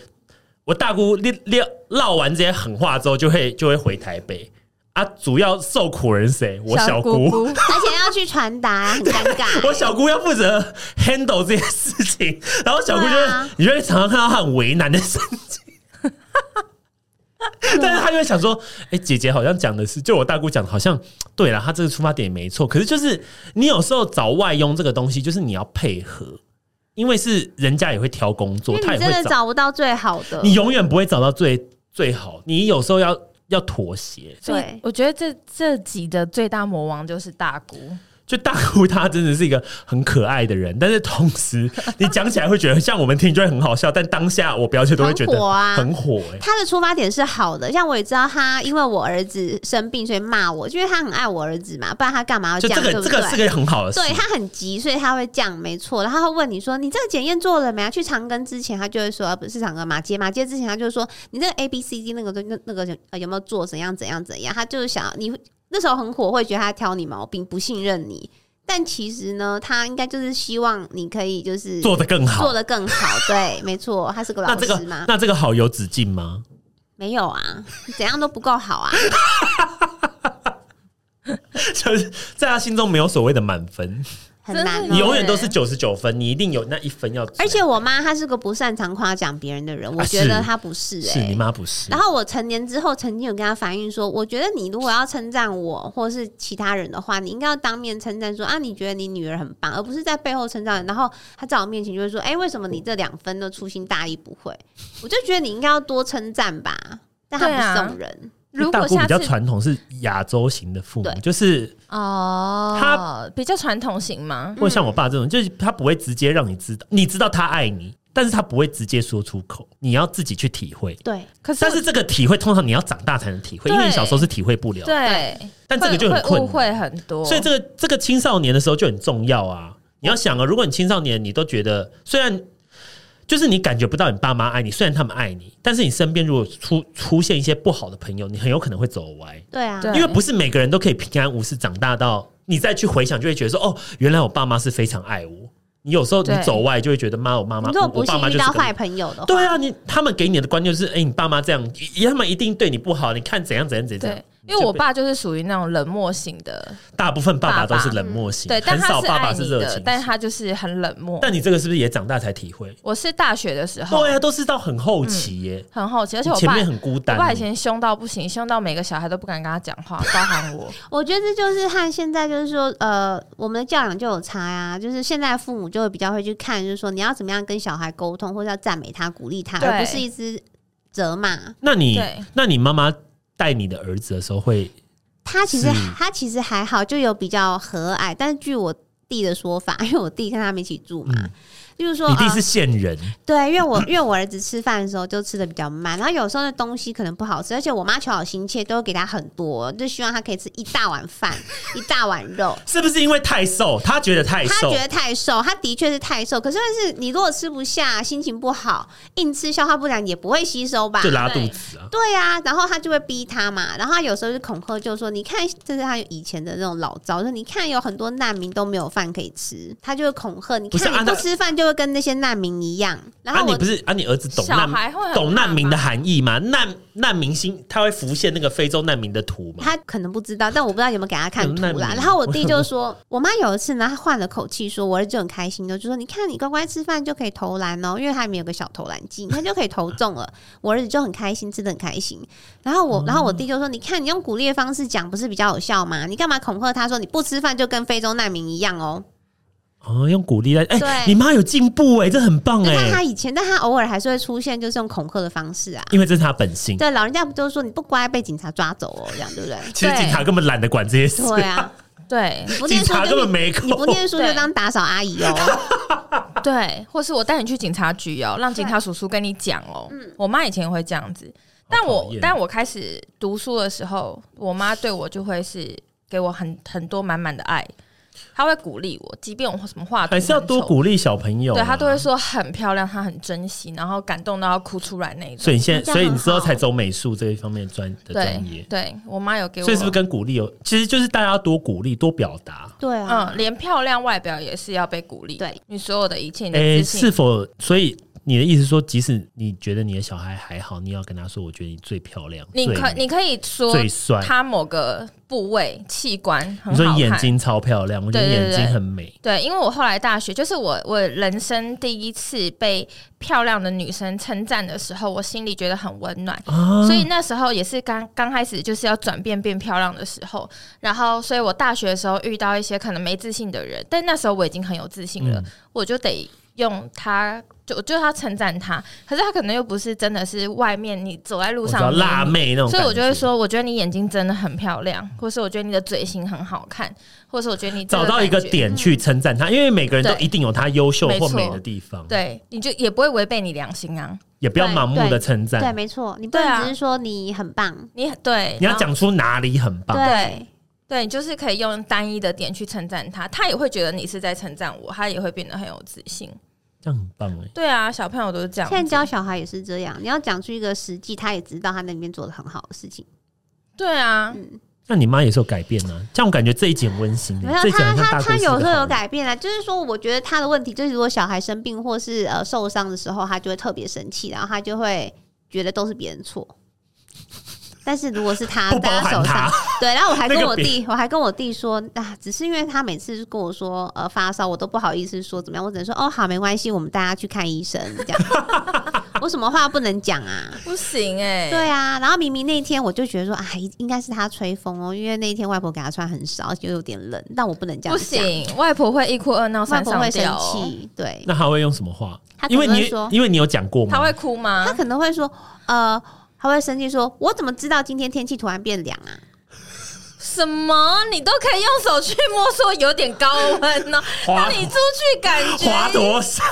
Speaker 1: 我大姑唠唠唠完这些狠话之后，就会就会回台北。啊，主要受苦人谁？我小
Speaker 2: 姑
Speaker 1: 姑。
Speaker 3: 而且要去传 达，很尴尬。
Speaker 1: 我小姑要负责 handle 这些事情，然后小姑就会、
Speaker 3: 对啊
Speaker 1: 你就会常常看到她很为难的神 情。但是她就会想说，哎、姐姐好像讲的是，就我大姑讲的，好像对了，她这个出发点也没错。可是就是你有时候找外佣这个东西，就是你要配合，因为是人家也会挑工
Speaker 3: 因
Speaker 1: 作，
Speaker 3: 为
Speaker 1: 他也
Speaker 3: 你真
Speaker 1: 会
Speaker 3: 的
Speaker 1: 找，
Speaker 3: 找不到最好的，
Speaker 1: 你永远不会找到最最好，你有时候要要妥协。
Speaker 2: 所以
Speaker 3: 对
Speaker 2: 我觉得这这集的最大魔王就是大姑，
Speaker 1: 就大姑她真的是一个很可爱的人，但是同时你讲起来会觉得像我们听就会很好笑，但当下我表姐都会觉得
Speaker 3: 很火啊
Speaker 1: 很火哎、
Speaker 3: 他的出发点是好的，像我也知道他，因为我儿子生病，所以骂我，因为他很爱我儿子嘛，不然他干嘛要
Speaker 1: 就这
Speaker 3: 样？
Speaker 1: 个
Speaker 3: 对不
Speaker 1: 这
Speaker 3: 对？
Speaker 1: 个是个很好的事，
Speaker 3: 对他很急，所以他会这样，没错。然后他会问你说：“你这个检验做了没啊？”去长庚之前，他就会说：“啊、不是长庚马街，马街之前他就说你这个 A B C D 那个那那个呃有没有做怎样怎样怎样？”他就是想你那时候很火，会觉得他挑你毛病，不信任你。但其实呢，他应该就是希望你可以就是
Speaker 1: 做得更好
Speaker 3: 做。得更好。对，没错，他是个
Speaker 1: 那
Speaker 3: 老
Speaker 1: 这个
Speaker 3: 师嘛，
Speaker 1: 那这个好有止境吗？
Speaker 3: 没有啊，怎样都不够好啊。
Speaker 1: 就是在他心中没有所谓的满分，
Speaker 3: 很
Speaker 2: 真的
Speaker 3: 难
Speaker 2: 有
Speaker 3: 哦、
Speaker 1: 你永远都是九十九分，你一定有那一分要。
Speaker 3: 而且我妈她是个不擅长夸奖别人的人，我
Speaker 1: 啊
Speaker 3: 觉得
Speaker 1: 是
Speaker 3: 她不是哎、
Speaker 1: 是你妈不是
Speaker 3: 然，后我成年之后，曾经有跟她反映说，我觉得你如果要称赞我或是其他人的话，你应该要当面称赞说啊，你觉得你女儿很棒，而不是在背后称赞。然后她在我面前就会说，哎、为什么你这两分都粗心大意不会？ 我就觉得你应该要多称赞吧，但她不
Speaker 2: 对啊
Speaker 3: 是这种人，
Speaker 2: 如
Speaker 1: 大
Speaker 2: 果
Speaker 1: 姑比
Speaker 2: 下
Speaker 1: 较
Speaker 2: 次
Speaker 1: 传统，是亚洲型的父母，
Speaker 3: 对
Speaker 1: 就是
Speaker 2: 哦，
Speaker 1: 他
Speaker 2: 比较传统型吗？
Speaker 3: 嗯
Speaker 1: 或者像我爸这种，就是他不会直接让你知道，你知道他爱你，但是他不会直接说出口，你要自己去体会。
Speaker 3: 对，啊
Speaker 2: 可是
Speaker 1: 但是这个体会通常你要长大才能体会，因为你
Speaker 2: 对
Speaker 1: 小时候是体会不了。
Speaker 2: 对，
Speaker 1: 但这个就很
Speaker 2: 会会误
Speaker 1: 困难，
Speaker 2: 会很多，
Speaker 1: 所以这个这个青少年的时候就很重要啊！你要想啊，如果你青少年你都觉得虽然。就是你感觉不到你爸妈爱你，虽然他们爱你，但是你身边如果出出现一些不好的朋友，你很有可能会走歪。
Speaker 3: 对啊，
Speaker 2: 对
Speaker 1: 因为不是每个人都可以平安无事长大到你再去回想，就会觉得说哦，原来我爸妈是非常爱我。你有时候你
Speaker 2: 对
Speaker 1: 走外就会觉得妈，我妈妈，
Speaker 3: 你如果
Speaker 1: 我
Speaker 3: 不
Speaker 1: 我
Speaker 3: 幸
Speaker 1: 爸妈
Speaker 3: 遇
Speaker 1: 就是
Speaker 3: 到
Speaker 1: 个
Speaker 3: 坏朋友的话，
Speaker 1: 对啊，你他们给你的观念就是，哎、你爸妈这样，一他们一定对你不好，你看怎样怎样怎样
Speaker 2: 对。，因为我爸就是属于那种冷漠型的，
Speaker 1: 大部分爸爸
Speaker 2: 爸
Speaker 1: 都
Speaker 2: 爸
Speaker 1: 是冷漠型，
Speaker 2: 对，但
Speaker 1: 很
Speaker 2: 他
Speaker 1: 少
Speaker 2: 是
Speaker 1: 爸
Speaker 2: 爱
Speaker 1: 爸
Speaker 2: 你
Speaker 1: 热
Speaker 2: 的
Speaker 1: 情，。
Speaker 2: 但他就是很冷漠。
Speaker 1: 但你这个是不是也长大才体会？
Speaker 2: 我是大学的时候，
Speaker 1: 对啊，都是到很后期耶，
Speaker 2: 很好奇，而且我
Speaker 1: 前
Speaker 2: 爸
Speaker 1: 面很孤单
Speaker 2: 我。爸以前凶到不行，凶到每个小孩都不敢跟他讲话，包含我。
Speaker 3: 我觉得这就是和现在就是说，呃，我们的教养就有差呀、就是现在父母就会比较会去看，就是说你要怎么样跟小孩沟通，或者要赞美他、鼓励他，
Speaker 2: 对
Speaker 3: 而不是一直责骂。
Speaker 1: 那你
Speaker 2: 对
Speaker 1: 那你妈妈带你的儿子的时候会
Speaker 3: 他其实
Speaker 1: 是
Speaker 3: 他其实还好，就有比较和蔼。但是据我弟的说法， 因为我弟跟他们一起住嘛，
Speaker 1: 嗯
Speaker 3: 就是
Speaker 2: 啊
Speaker 3: 说
Speaker 1: 你弟
Speaker 3: 呃
Speaker 1: 是线人，
Speaker 3: 对，因为我因为我儿子吃饭的时候就吃的比较慢，然后有时候那东西可能不好吃，而且我妈求好心切，都会给他很多，就希望他可以吃一大碗饭、 一大碗肉。
Speaker 1: 是不是因为太瘦？他觉得太
Speaker 3: 他
Speaker 1: 瘦
Speaker 3: 觉，得太瘦，他的确是太瘦。可是，但是你如果吃不下，心情不好，硬吃消化不良也不会吸收吧
Speaker 1: 就？拉肚子啊。
Speaker 3: 对呀、然后他就会逼他嘛，然后他有时候就恐吓，就说：“你看，这是他以前的那种老招，说你看有很多难民都没有饭可以吃，他就会恐吓，你
Speaker 1: 不是
Speaker 3: 看
Speaker 1: 啊
Speaker 3: 你不
Speaker 1: 那
Speaker 3: 吃饭就就会跟那些难民一样。然
Speaker 1: 啊，
Speaker 3: 后
Speaker 1: 你
Speaker 3: 我
Speaker 1: 不是啊？你儿子懂
Speaker 2: 小
Speaker 1: 难
Speaker 2: 孩会很
Speaker 1: 懂难民的
Speaker 2: 怕吗，
Speaker 1: 含义吗？难难民心，他会浮现那个非洲难民的图吗？嗯
Speaker 3: 他可能不知道，但我不知道有没有给他看图
Speaker 1: 有难
Speaker 3: 啦。
Speaker 1: 民
Speaker 3: 然后我 弟就说，我妈有一次呢，她换了口气说，我儿子就很开心的，就说你看你乖乖吃饭就可以投篮哦，因为他里面有个小投篮机，他就可以投 中了。我儿子就很开心，吃的很开心。然后我，然后我弟就说，你看你用鼓励的方式讲，不是比较有效吗？你干嘛恐吓他说你不吃饭就跟非洲难民一样哦？
Speaker 1: 哦，用鼓励来，哎、
Speaker 3: 对
Speaker 1: 你妈有进步哎、这很棒
Speaker 3: 就看
Speaker 1: 哎、
Speaker 3: 他以前，但他偶尔还是会出现就是用恐吓的方式啊。
Speaker 1: 因为这是他本性。
Speaker 3: 对，老人家不就是说你不乖被警察抓走哦，这样对 不对？
Speaker 1: 其实警察根本懒得管这些事，
Speaker 3: 对啊，
Speaker 2: 对
Speaker 3: 不
Speaker 1: 警
Speaker 3: 念书
Speaker 1: 察根
Speaker 3: 就
Speaker 1: 本没空
Speaker 3: 你。不念书就
Speaker 2: 对
Speaker 3: 当打扫阿姨哦。
Speaker 2: 对，或是我带你去警察局哦，让警察叔叔跟你讲哦。我妈以前会这样子，但
Speaker 1: 讨
Speaker 2: 我
Speaker 1: 厌
Speaker 2: 但我开始读书的时候，我妈对我就会是给我很很多满满的爱，她会鼓励我，即便我什么话
Speaker 1: 还是要多鼓励哦小朋友、啊
Speaker 2: 对她都会。说很漂亮，她很珍惜，然后感动到要哭出来那一种。
Speaker 1: 所以你现在，
Speaker 3: 这样
Speaker 1: 所以你
Speaker 3: 很
Speaker 1: 之后
Speaker 3: 好
Speaker 1: 才走美术这一方面专的
Speaker 2: 对
Speaker 1: 专业，，
Speaker 2: 对我妈有给我，
Speaker 1: 所以是不是跟鼓励有？其实就是大家要多鼓励，多表达。
Speaker 3: 对啊，
Speaker 2: 嗯，连漂亮外表也是要被鼓励。
Speaker 3: 对
Speaker 2: 你所有的一切，你的
Speaker 1: 哎、
Speaker 2: 自信
Speaker 1: 是否？所以你的意思是说，即使你觉得你的小孩还好，你也要跟他说，我觉得你最漂亮，
Speaker 2: 你
Speaker 1: 最
Speaker 2: 可
Speaker 1: 美
Speaker 2: 你可以说
Speaker 1: 最帅。
Speaker 2: 他某个部位器官很
Speaker 1: 你说
Speaker 2: 好
Speaker 1: 你眼
Speaker 2: 看。
Speaker 1: 睛超漂亮，我觉得
Speaker 2: 对对
Speaker 1: 眼睛
Speaker 2: 对
Speaker 1: 很美。
Speaker 2: 对，因为我后来大学，就是我我人生第一次被漂亮的女生称赞的时候，我心里觉得很温暖。
Speaker 1: 啊
Speaker 2: 所以那时候也是刚刚开始就是要转变变漂亮的时候，然后所以我大学的时候遇到一些可能没自信的人，但那时候我已经很有自信了，
Speaker 1: 嗯
Speaker 2: 我就得用他。就就要称赞他，可是他可能又不是真的是外面你走在路
Speaker 1: 我知道
Speaker 2: 上
Speaker 1: 辣
Speaker 2: 你
Speaker 1: 妹那种，
Speaker 2: 所以我就会，说，我觉得你眼睛真的很漂亮，或是我觉得你的嘴型很好看，或是我觉得你这
Speaker 1: 找到一个
Speaker 2: 感觉，
Speaker 1: 点去称赞他，因为每个人都
Speaker 2: 对
Speaker 1: 一定有他优秀
Speaker 2: 没
Speaker 1: 或
Speaker 2: 错
Speaker 1: 美的地方，
Speaker 2: 对，你就也不会违背你良心啊。
Speaker 1: 也不要盲目的称
Speaker 3: 对，
Speaker 1: 赞，
Speaker 3: 没错，你不
Speaker 2: 对
Speaker 3: 能
Speaker 2: 啊
Speaker 3: 只是说你很棒，
Speaker 2: 你对，
Speaker 1: 你要
Speaker 2: 然后
Speaker 1: 讲出哪里很棒。
Speaker 3: 对，
Speaker 2: 对，你就是可以用单一的点去称赞他，他也会觉得你是在称赞我，他也会变得很有自信。
Speaker 1: 这样很棒哎、
Speaker 2: 对啊，小朋友都是这样
Speaker 3: 现在
Speaker 2: 子。
Speaker 3: 教小孩也是这样，你要讲出一个实际，他也知道他那边做的很好的事情。
Speaker 2: 对啊，
Speaker 3: 嗯
Speaker 1: 那你妈也是有改变呢、啊，这样我感觉这一集很温馨、
Speaker 3: 没
Speaker 1: 欸，
Speaker 3: 有
Speaker 1: 这一集
Speaker 3: 他
Speaker 1: 很像
Speaker 3: 他
Speaker 1: 大
Speaker 3: 他
Speaker 1: 故事
Speaker 3: 有时
Speaker 1: 的
Speaker 3: 候
Speaker 1: 好
Speaker 3: 有改变啦，就是说，我觉得他的问题就是，如果小孩生病或是呃受伤的时候，他就会特别生气，然后他就会觉得都是别人错。但是如果是他
Speaker 1: 不包
Speaker 3: 在
Speaker 1: 含
Speaker 3: 手
Speaker 1: 他
Speaker 3: 上，对，然后我还跟
Speaker 1: 那个
Speaker 3: 我
Speaker 1: 别
Speaker 3: 弟，我还跟我弟说，啊，只是因为他每次跟我说呃发烧，我都不好意思说怎么样，我只能说哦好没关系，我们大家去看医生这样。 我什么话不能讲啊？
Speaker 2: 不行哎、
Speaker 3: 对啊，然后明明那一天我就觉得说，啊，应应该是他吹风哦，因为那一天外婆给他穿很少，就有点冷，但我不能这样
Speaker 2: 不
Speaker 3: 讲，
Speaker 2: 行，外婆会一哭二闹
Speaker 3: 外
Speaker 2: 三
Speaker 3: 婆
Speaker 2: 上
Speaker 3: 会生
Speaker 2: 吊、哦。
Speaker 3: 气，对，
Speaker 1: 那她会用什么话
Speaker 3: 她？可
Speaker 1: 因
Speaker 3: 能
Speaker 1: 为
Speaker 3: 会
Speaker 1: 你
Speaker 3: 说
Speaker 1: 因为你有讲过吗？
Speaker 2: 他会哭吗
Speaker 3: 他？可能会说，呃，他会生气说，我怎么知道今天天气突然变凉啊？
Speaker 2: 什么？你都可以用手去摸索，有点高温呢、
Speaker 1: 滑
Speaker 2: 那你出去感觉
Speaker 1: 滑多 少？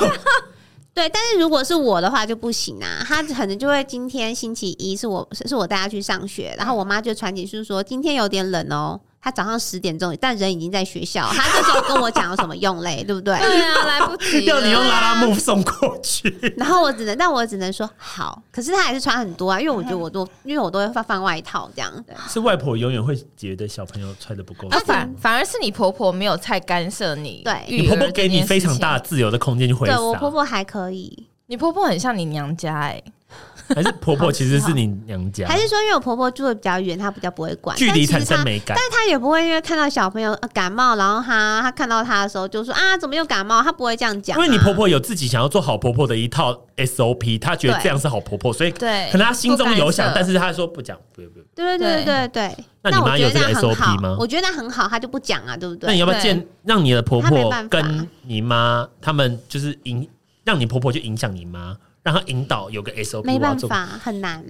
Speaker 3: 对，但是如果是我的话就不行啊，他可能就会今天星期一是我是是我带他去上学，然后我妈就传简讯说今天有点冷哦，他早上十点钟，但人已经在学校，他这时候跟我讲有什么用嘞，对不对？
Speaker 2: 对啊，来不 及
Speaker 1: 要
Speaker 2: 了。
Speaker 1: 你用拉
Speaker 3: 啊
Speaker 1: 拉木送过去，
Speaker 3: 然后我只能，但我只能说好。可是他还是穿很多啊，因为我觉得我都，因为我都会放放外套这样。对
Speaker 1: 是外婆永远会觉得小朋友穿的不够
Speaker 2: 啊，
Speaker 1: 少。
Speaker 2: 反反而是你婆婆没有太干涉你，
Speaker 3: 对
Speaker 1: 你婆婆给你非常大，自由的空间去挥洒
Speaker 3: 对，我婆婆还可以，
Speaker 2: 你婆婆很像你娘家哎、
Speaker 1: 还是婆婆其实是你娘家，
Speaker 3: 还是说因为我婆婆住的比较远，她比较不会管
Speaker 1: 距离产生。
Speaker 3: 但其实
Speaker 1: 美感
Speaker 3: 她？但她也不会因为看到小朋友呃感冒，然后她她看到她的时候就说啊怎么又感冒，她不会这样讲、
Speaker 1: 因为你婆，婆有自己想要做好婆婆的一套 SOP，她觉得
Speaker 3: 对
Speaker 1: 这样是好婆婆，所以可
Speaker 2: 对，
Speaker 1: 能她心中有想，
Speaker 2: 不干涉
Speaker 1: 但是她说不讲，不不不。
Speaker 3: 对对对对对。
Speaker 1: 那你妈
Speaker 3: 我觉
Speaker 1: 有
Speaker 3: 得
Speaker 1: 这个
Speaker 3: 那很
Speaker 1: SOP
Speaker 3: 好
Speaker 1: 吗，
Speaker 3: 我觉得那很好，她就不讲啊，对不
Speaker 1: 那你
Speaker 3: 对？
Speaker 1: 要不要
Speaker 2: 对
Speaker 1: 见让你的婆
Speaker 3: 她没
Speaker 1: 婆
Speaker 3: 办法
Speaker 1: 跟你妈他们就是影，让你婆婆去影响你妈，让她引导有个 SOP，
Speaker 3: 没
Speaker 1: 我要
Speaker 3: 办
Speaker 1: 做
Speaker 3: 法，很难。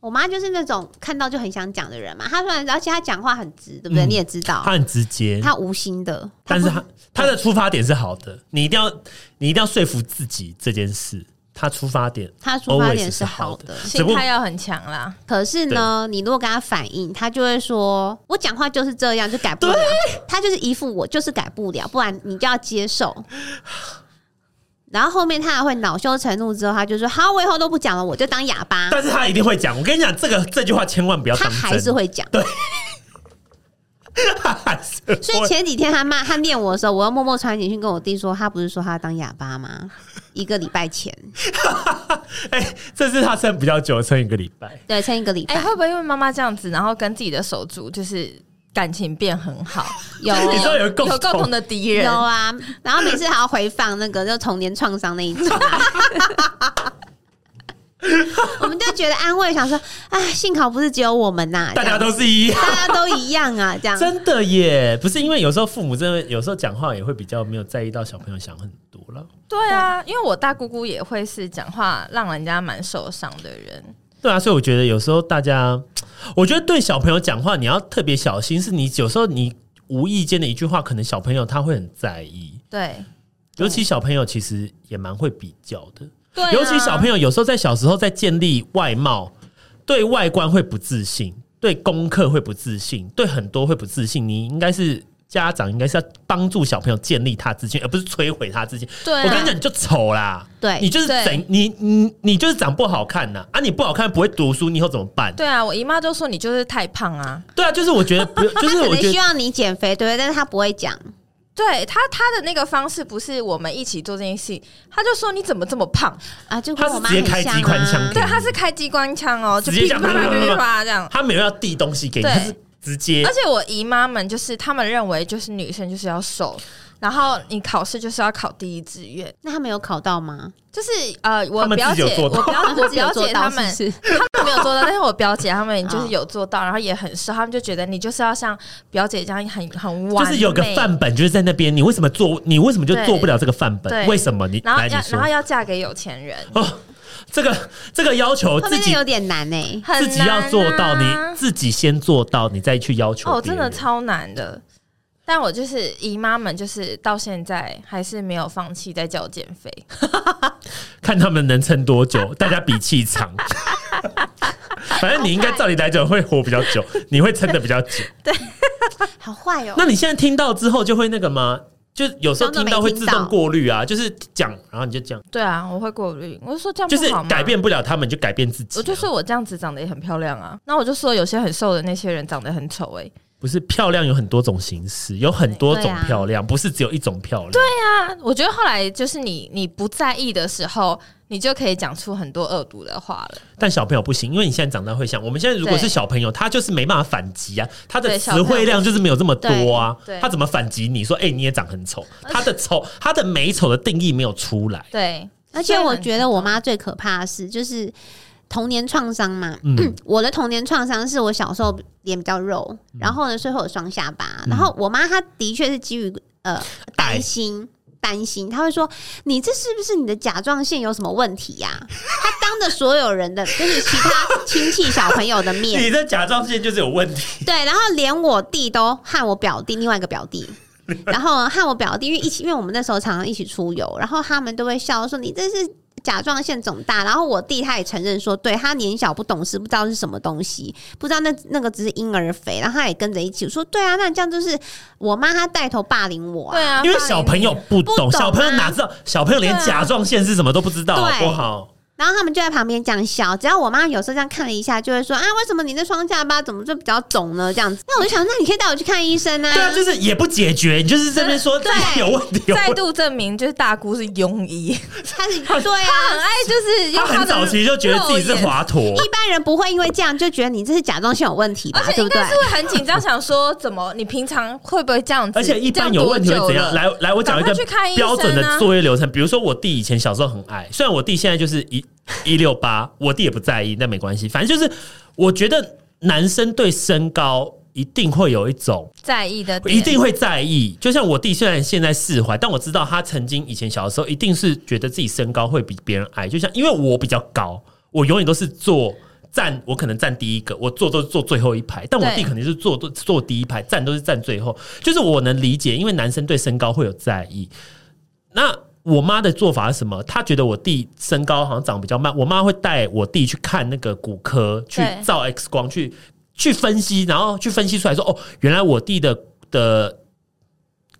Speaker 3: 我妈就是那种看到就很想讲的人嘛，她虽然而且她讲话很直，对不对？
Speaker 1: 嗯
Speaker 3: 你也知道，
Speaker 1: 她很直接，
Speaker 3: 她无心的，
Speaker 1: 但是
Speaker 3: 不
Speaker 1: 他他的出发点是好的，你一定要你一定要说服自己这件事，他出发点
Speaker 3: 他出发
Speaker 1: always
Speaker 3: 点
Speaker 1: 是
Speaker 3: 是
Speaker 1: 好
Speaker 3: 好
Speaker 1: 的
Speaker 3: 的，
Speaker 1: 只不
Speaker 2: 心态要很强啦。
Speaker 3: 可是呢，你如果跟他反映，他就会说：“我讲话就是这样，就改不了。”他就是一副我就是改不了，不然你就要接受。 然后后面他还会恼羞成怒，之后他就说：“好，我以后都不讲了，我就当哑巴。
Speaker 1: 但是他一定会讲。我跟你讲，这个这句话千万不”要
Speaker 3: 他
Speaker 1: 当
Speaker 3: 还是
Speaker 1: 真。
Speaker 3: 会讲，对， 所以前几天他骂他念我的时候，我要默默传简讯跟我弟说，他不是说他要当哑巴吗？一个礼拜前，
Speaker 1: 哎、这是他撑比较久，撑一个礼拜。
Speaker 3: 对，剩一个礼
Speaker 2: 哎、
Speaker 3: 拜。
Speaker 2: 会不会因为妈妈这样子，然后跟自己的手足就是感情变很好，有
Speaker 1: 你知道 有共同
Speaker 2: 有共同的敌人
Speaker 3: 啊有？啊，然后每次还要回放那个就童年创伤那一集，啊 我们就觉得安慰，想说，哎，幸好不是只有我们呐、
Speaker 1: 大家都是一样，
Speaker 3: 大家都一样啊，这样。
Speaker 1: 真的耶！不是因为有时候父母真的有时候讲话也会比较没有在意到小朋友想很多了。
Speaker 2: 对啊，因为我大姑姑也会是讲话让人家蛮受伤的人。
Speaker 1: 对啊，所以我觉得有时候大家，我觉得对小朋友讲话你要特别小心，是你有时候你无意间的一句话，可能小朋友他会很在意，
Speaker 2: 对，
Speaker 1: 尤其小朋友其实也蛮会比较的。
Speaker 2: 对、啊，
Speaker 1: 尤其小朋友有时候在小时候在建立外貌，对外观会不自信，对功课会不自信，对很多会不自信。你应该是家长，应该是要帮助小朋友建立他自信，而不是摧毁他自信。
Speaker 2: 对啊哎
Speaker 1: 我跟你讲，你就丑啦，
Speaker 3: 对
Speaker 1: 你就是
Speaker 2: 对
Speaker 1: 怎你你你就是长不好看呐、啊，你不好看不会读书，你以后怎么办？
Speaker 2: 对啊，我姨妈就说你就是太胖啊。
Speaker 1: 对啊，就是我觉得 不，就
Speaker 3: 他
Speaker 1: 是
Speaker 3: 可
Speaker 1: 我
Speaker 3: 能
Speaker 1: 觉
Speaker 3: 需
Speaker 1: 得。
Speaker 3: 要你减肥，对不对？但是他不会讲，
Speaker 2: 对他，他的那个方式不是我们一起做这件事，他就说你怎么这么胖？
Speaker 3: 啊，就
Speaker 1: 他
Speaker 3: 跟
Speaker 1: 是
Speaker 3: 我妈
Speaker 1: 直接
Speaker 3: 很
Speaker 1: 开
Speaker 3: 像
Speaker 1: 机关枪
Speaker 3: 啊
Speaker 1: 给。
Speaker 2: 对，他是开机关枪哦，
Speaker 1: 直
Speaker 2: 就噼
Speaker 1: 接
Speaker 2: 里
Speaker 1: 讲
Speaker 2: 啪啦
Speaker 1: 啪啪啪
Speaker 2: 噼
Speaker 1: 啪
Speaker 2: 里啪啦这样。
Speaker 1: 他没有要递东西给你，
Speaker 2: 对
Speaker 1: 他是直接
Speaker 2: 而且我姨妈们就是她们认为就是女生就是要瘦，然后你考试就是要考第一志愿，
Speaker 3: 那他没有考到吗？
Speaker 2: 就是呃，我
Speaker 1: 她们
Speaker 2: 表
Speaker 1: 自己
Speaker 2: 姐
Speaker 1: 有，做
Speaker 2: 我
Speaker 1: 到啊
Speaker 2: 表啊我表
Speaker 3: 做
Speaker 2: 姐
Speaker 3: 到
Speaker 2: 她
Speaker 3: 是不
Speaker 2: 们
Speaker 3: 是？
Speaker 2: 他们没有做到，但是我表姐他们就是有做到，然后也很瘦，他们就觉得你就是要像表姐这样很很
Speaker 1: 就
Speaker 2: 完美，
Speaker 1: 是有个范本，就是在那边，你为什么做？你为什么就
Speaker 2: 对
Speaker 1: 做不了这个范本？
Speaker 2: 对
Speaker 1: 为什么你？
Speaker 2: 然后
Speaker 1: 来，
Speaker 2: 要
Speaker 1: 你
Speaker 2: 然后
Speaker 1: 说
Speaker 2: 要嫁给有钱人，
Speaker 1: 哦，这个这个要求
Speaker 3: 后
Speaker 1: 自
Speaker 3: 面
Speaker 1: 己
Speaker 3: 有点难哎、
Speaker 2: 很
Speaker 1: 自己要做到，你
Speaker 2: 难啊
Speaker 1: 自己先做到，你再去要求
Speaker 2: 哦，
Speaker 1: 别
Speaker 2: 真
Speaker 1: 人。
Speaker 2: 的超难的。但我就是姨妈们，就是到现在还是没有放弃在叫我减肥。
Speaker 1: 看他们能撑多 久，大家比气长。 反正你应该照理来讲会活比较 久，你会撑的比较久。
Speaker 2: 哦
Speaker 3: 好坏哦、
Speaker 1: 那你现在听到之后就会那个吗？就有时候
Speaker 3: 装
Speaker 1: 听
Speaker 3: 作没
Speaker 1: 到会
Speaker 3: 听
Speaker 1: 自动
Speaker 3: 到
Speaker 1: 过滤啊，就是讲，然后你就讲，
Speaker 2: 对啊，我会过滤。我就说这样
Speaker 1: 就是
Speaker 2: 不好吗？
Speaker 1: 改。变不了他们，你就改变自己啊。
Speaker 2: 我就说我这样子长得也很漂亮啊。那我就说有些很瘦的那些人长得很丑哎、
Speaker 1: 不是漂亮有很多种形式，有很多
Speaker 3: 对
Speaker 1: 种
Speaker 3: 啊
Speaker 1: 漂亮，不是只有一种漂亮。对
Speaker 2: 啊，我觉得后来就是你你不在意的时候，你就可以讲出很多恶毒的话了。
Speaker 1: 但小朋友不行，因为你现在长大会想，我们现在如果
Speaker 2: 对
Speaker 1: 是小朋友，他就是没办法反击啊，他的
Speaker 2: 对
Speaker 1: 词汇量就是没有这么多啊
Speaker 2: 对，对呃
Speaker 1: 他怎么反击你说，哎、你也长很丑，他的丑，他的美丑的定义没有出来，
Speaker 2: 对，
Speaker 3: 而且我觉得我妈最可怕的是，就是童年创伤嘛。
Speaker 1: 嗯
Speaker 3: 我的童年创伤是我小时候脸比较肉，然后呢，所以会有双下巴。
Speaker 1: 嗯
Speaker 3: 然后我妈她的确是基于呃
Speaker 1: 哎
Speaker 3: 担心。担心，她会说：“你这是不是你的甲状腺有什么问题呀、她当着所有人的，就是其他亲戚小朋友的 面，
Speaker 1: 你的甲状腺就是有问题，
Speaker 3: 对，然后连我弟都和我表弟另外一个表 弟。然后和我表弟，因为一起，因为我们那时候常常一起出游，然后他们都会笑说你这是甲状腺肿大。然后我弟他也承认说，对他年小不懂事，不知道是什么东西，不知道那那个只是婴儿肥。然后他也跟着一起说，对啊，那这样就是我妈她带头霸凌我、
Speaker 2: 对
Speaker 3: 啊。
Speaker 2: 啊，
Speaker 1: 因为
Speaker 2: 霸凌
Speaker 1: 小朋友
Speaker 2: 你
Speaker 1: 不
Speaker 3: 不懂
Speaker 1: 懂，
Speaker 3: 啊
Speaker 1: 小朋友哪知道，小朋友连
Speaker 2: 对啊
Speaker 1: 甲状腺是什么都不知道，
Speaker 3: 对
Speaker 1: 好不好？
Speaker 3: 然后他们就在旁边这样笑，只要我妈有时候这样看了一下，就会说啊，为什么你的双下巴怎么就比较肿呢？这样子。那我就想，那你可以带我去看医生啊。
Speaker 1: 对啊，就是也不解决，你就是这边说
Speaker 2: 嗯对
Speaker 1: 有问题，有
Speaker 2: 再
Speaker 1: 问题。
Speaker 2: 度证明就是大姑是庸医，
Speaker 3: 他 是对啊，
Speaker 2: 很爱就是用
Speaker 1: 他
Speaker 2: 她
Speaker 1: 很
Speaker 2: 的
Speaker 1: 早期就觉得自己是
Speaker 2: 肉眼，
Speaker 1: 华佗，
Speaker 3: 一般人不会因为这样就觉得你这是甲状腺有问题吧
Speaker 2: 而，且
Speaker 3: 对
Speaker 2: 应
Speaker 3: 不对
Speaker 2: 该？是会很紧张，想说怎么你平常会不会这样子？
Speaker 1: 而且一般
Speaker 2: 这
Speaker 1: 有
Speaker 2: 多
Speaker 1: 问题会
Speaker 2: 久
Speaker 1: 怎样？
Speaker 2: 了
Speaker 1: 来来，我讲一个
Speaker 2: 赶快去看医生啊
Speaker 1: 标准的作业流程。比如说，我弟以前小时候很矮，虽然我弟现在就是 一一六八，我弟也不在意，那没关系。反正就是，我觉得男生对身高一定会有一种
Speaker 2: 在意的点
Speaker 1: 一定会在意。就像我弟虽然现在释怀，但我知道他曾经以前小的时候，一定是觉得自己身高会比别人矮。就像因为我比较高，我永远都是坐站，我可能站第一个，我坐都是坐最后一排，但我
Speaker 2: 对
Speaker 1: 弟肯定是坐坐坐第一排，站都是站最后。就是我能理解，因为男生对身高会有在意。那我妈的做法是什么？她觉得我弟身高好像长比较慢，我妈会带我弟去看那个骨科，去
Speaker 2: 对
Speaker 1: 照 X 光，去去分析，然后去分析出来说，哦，原来我弟的的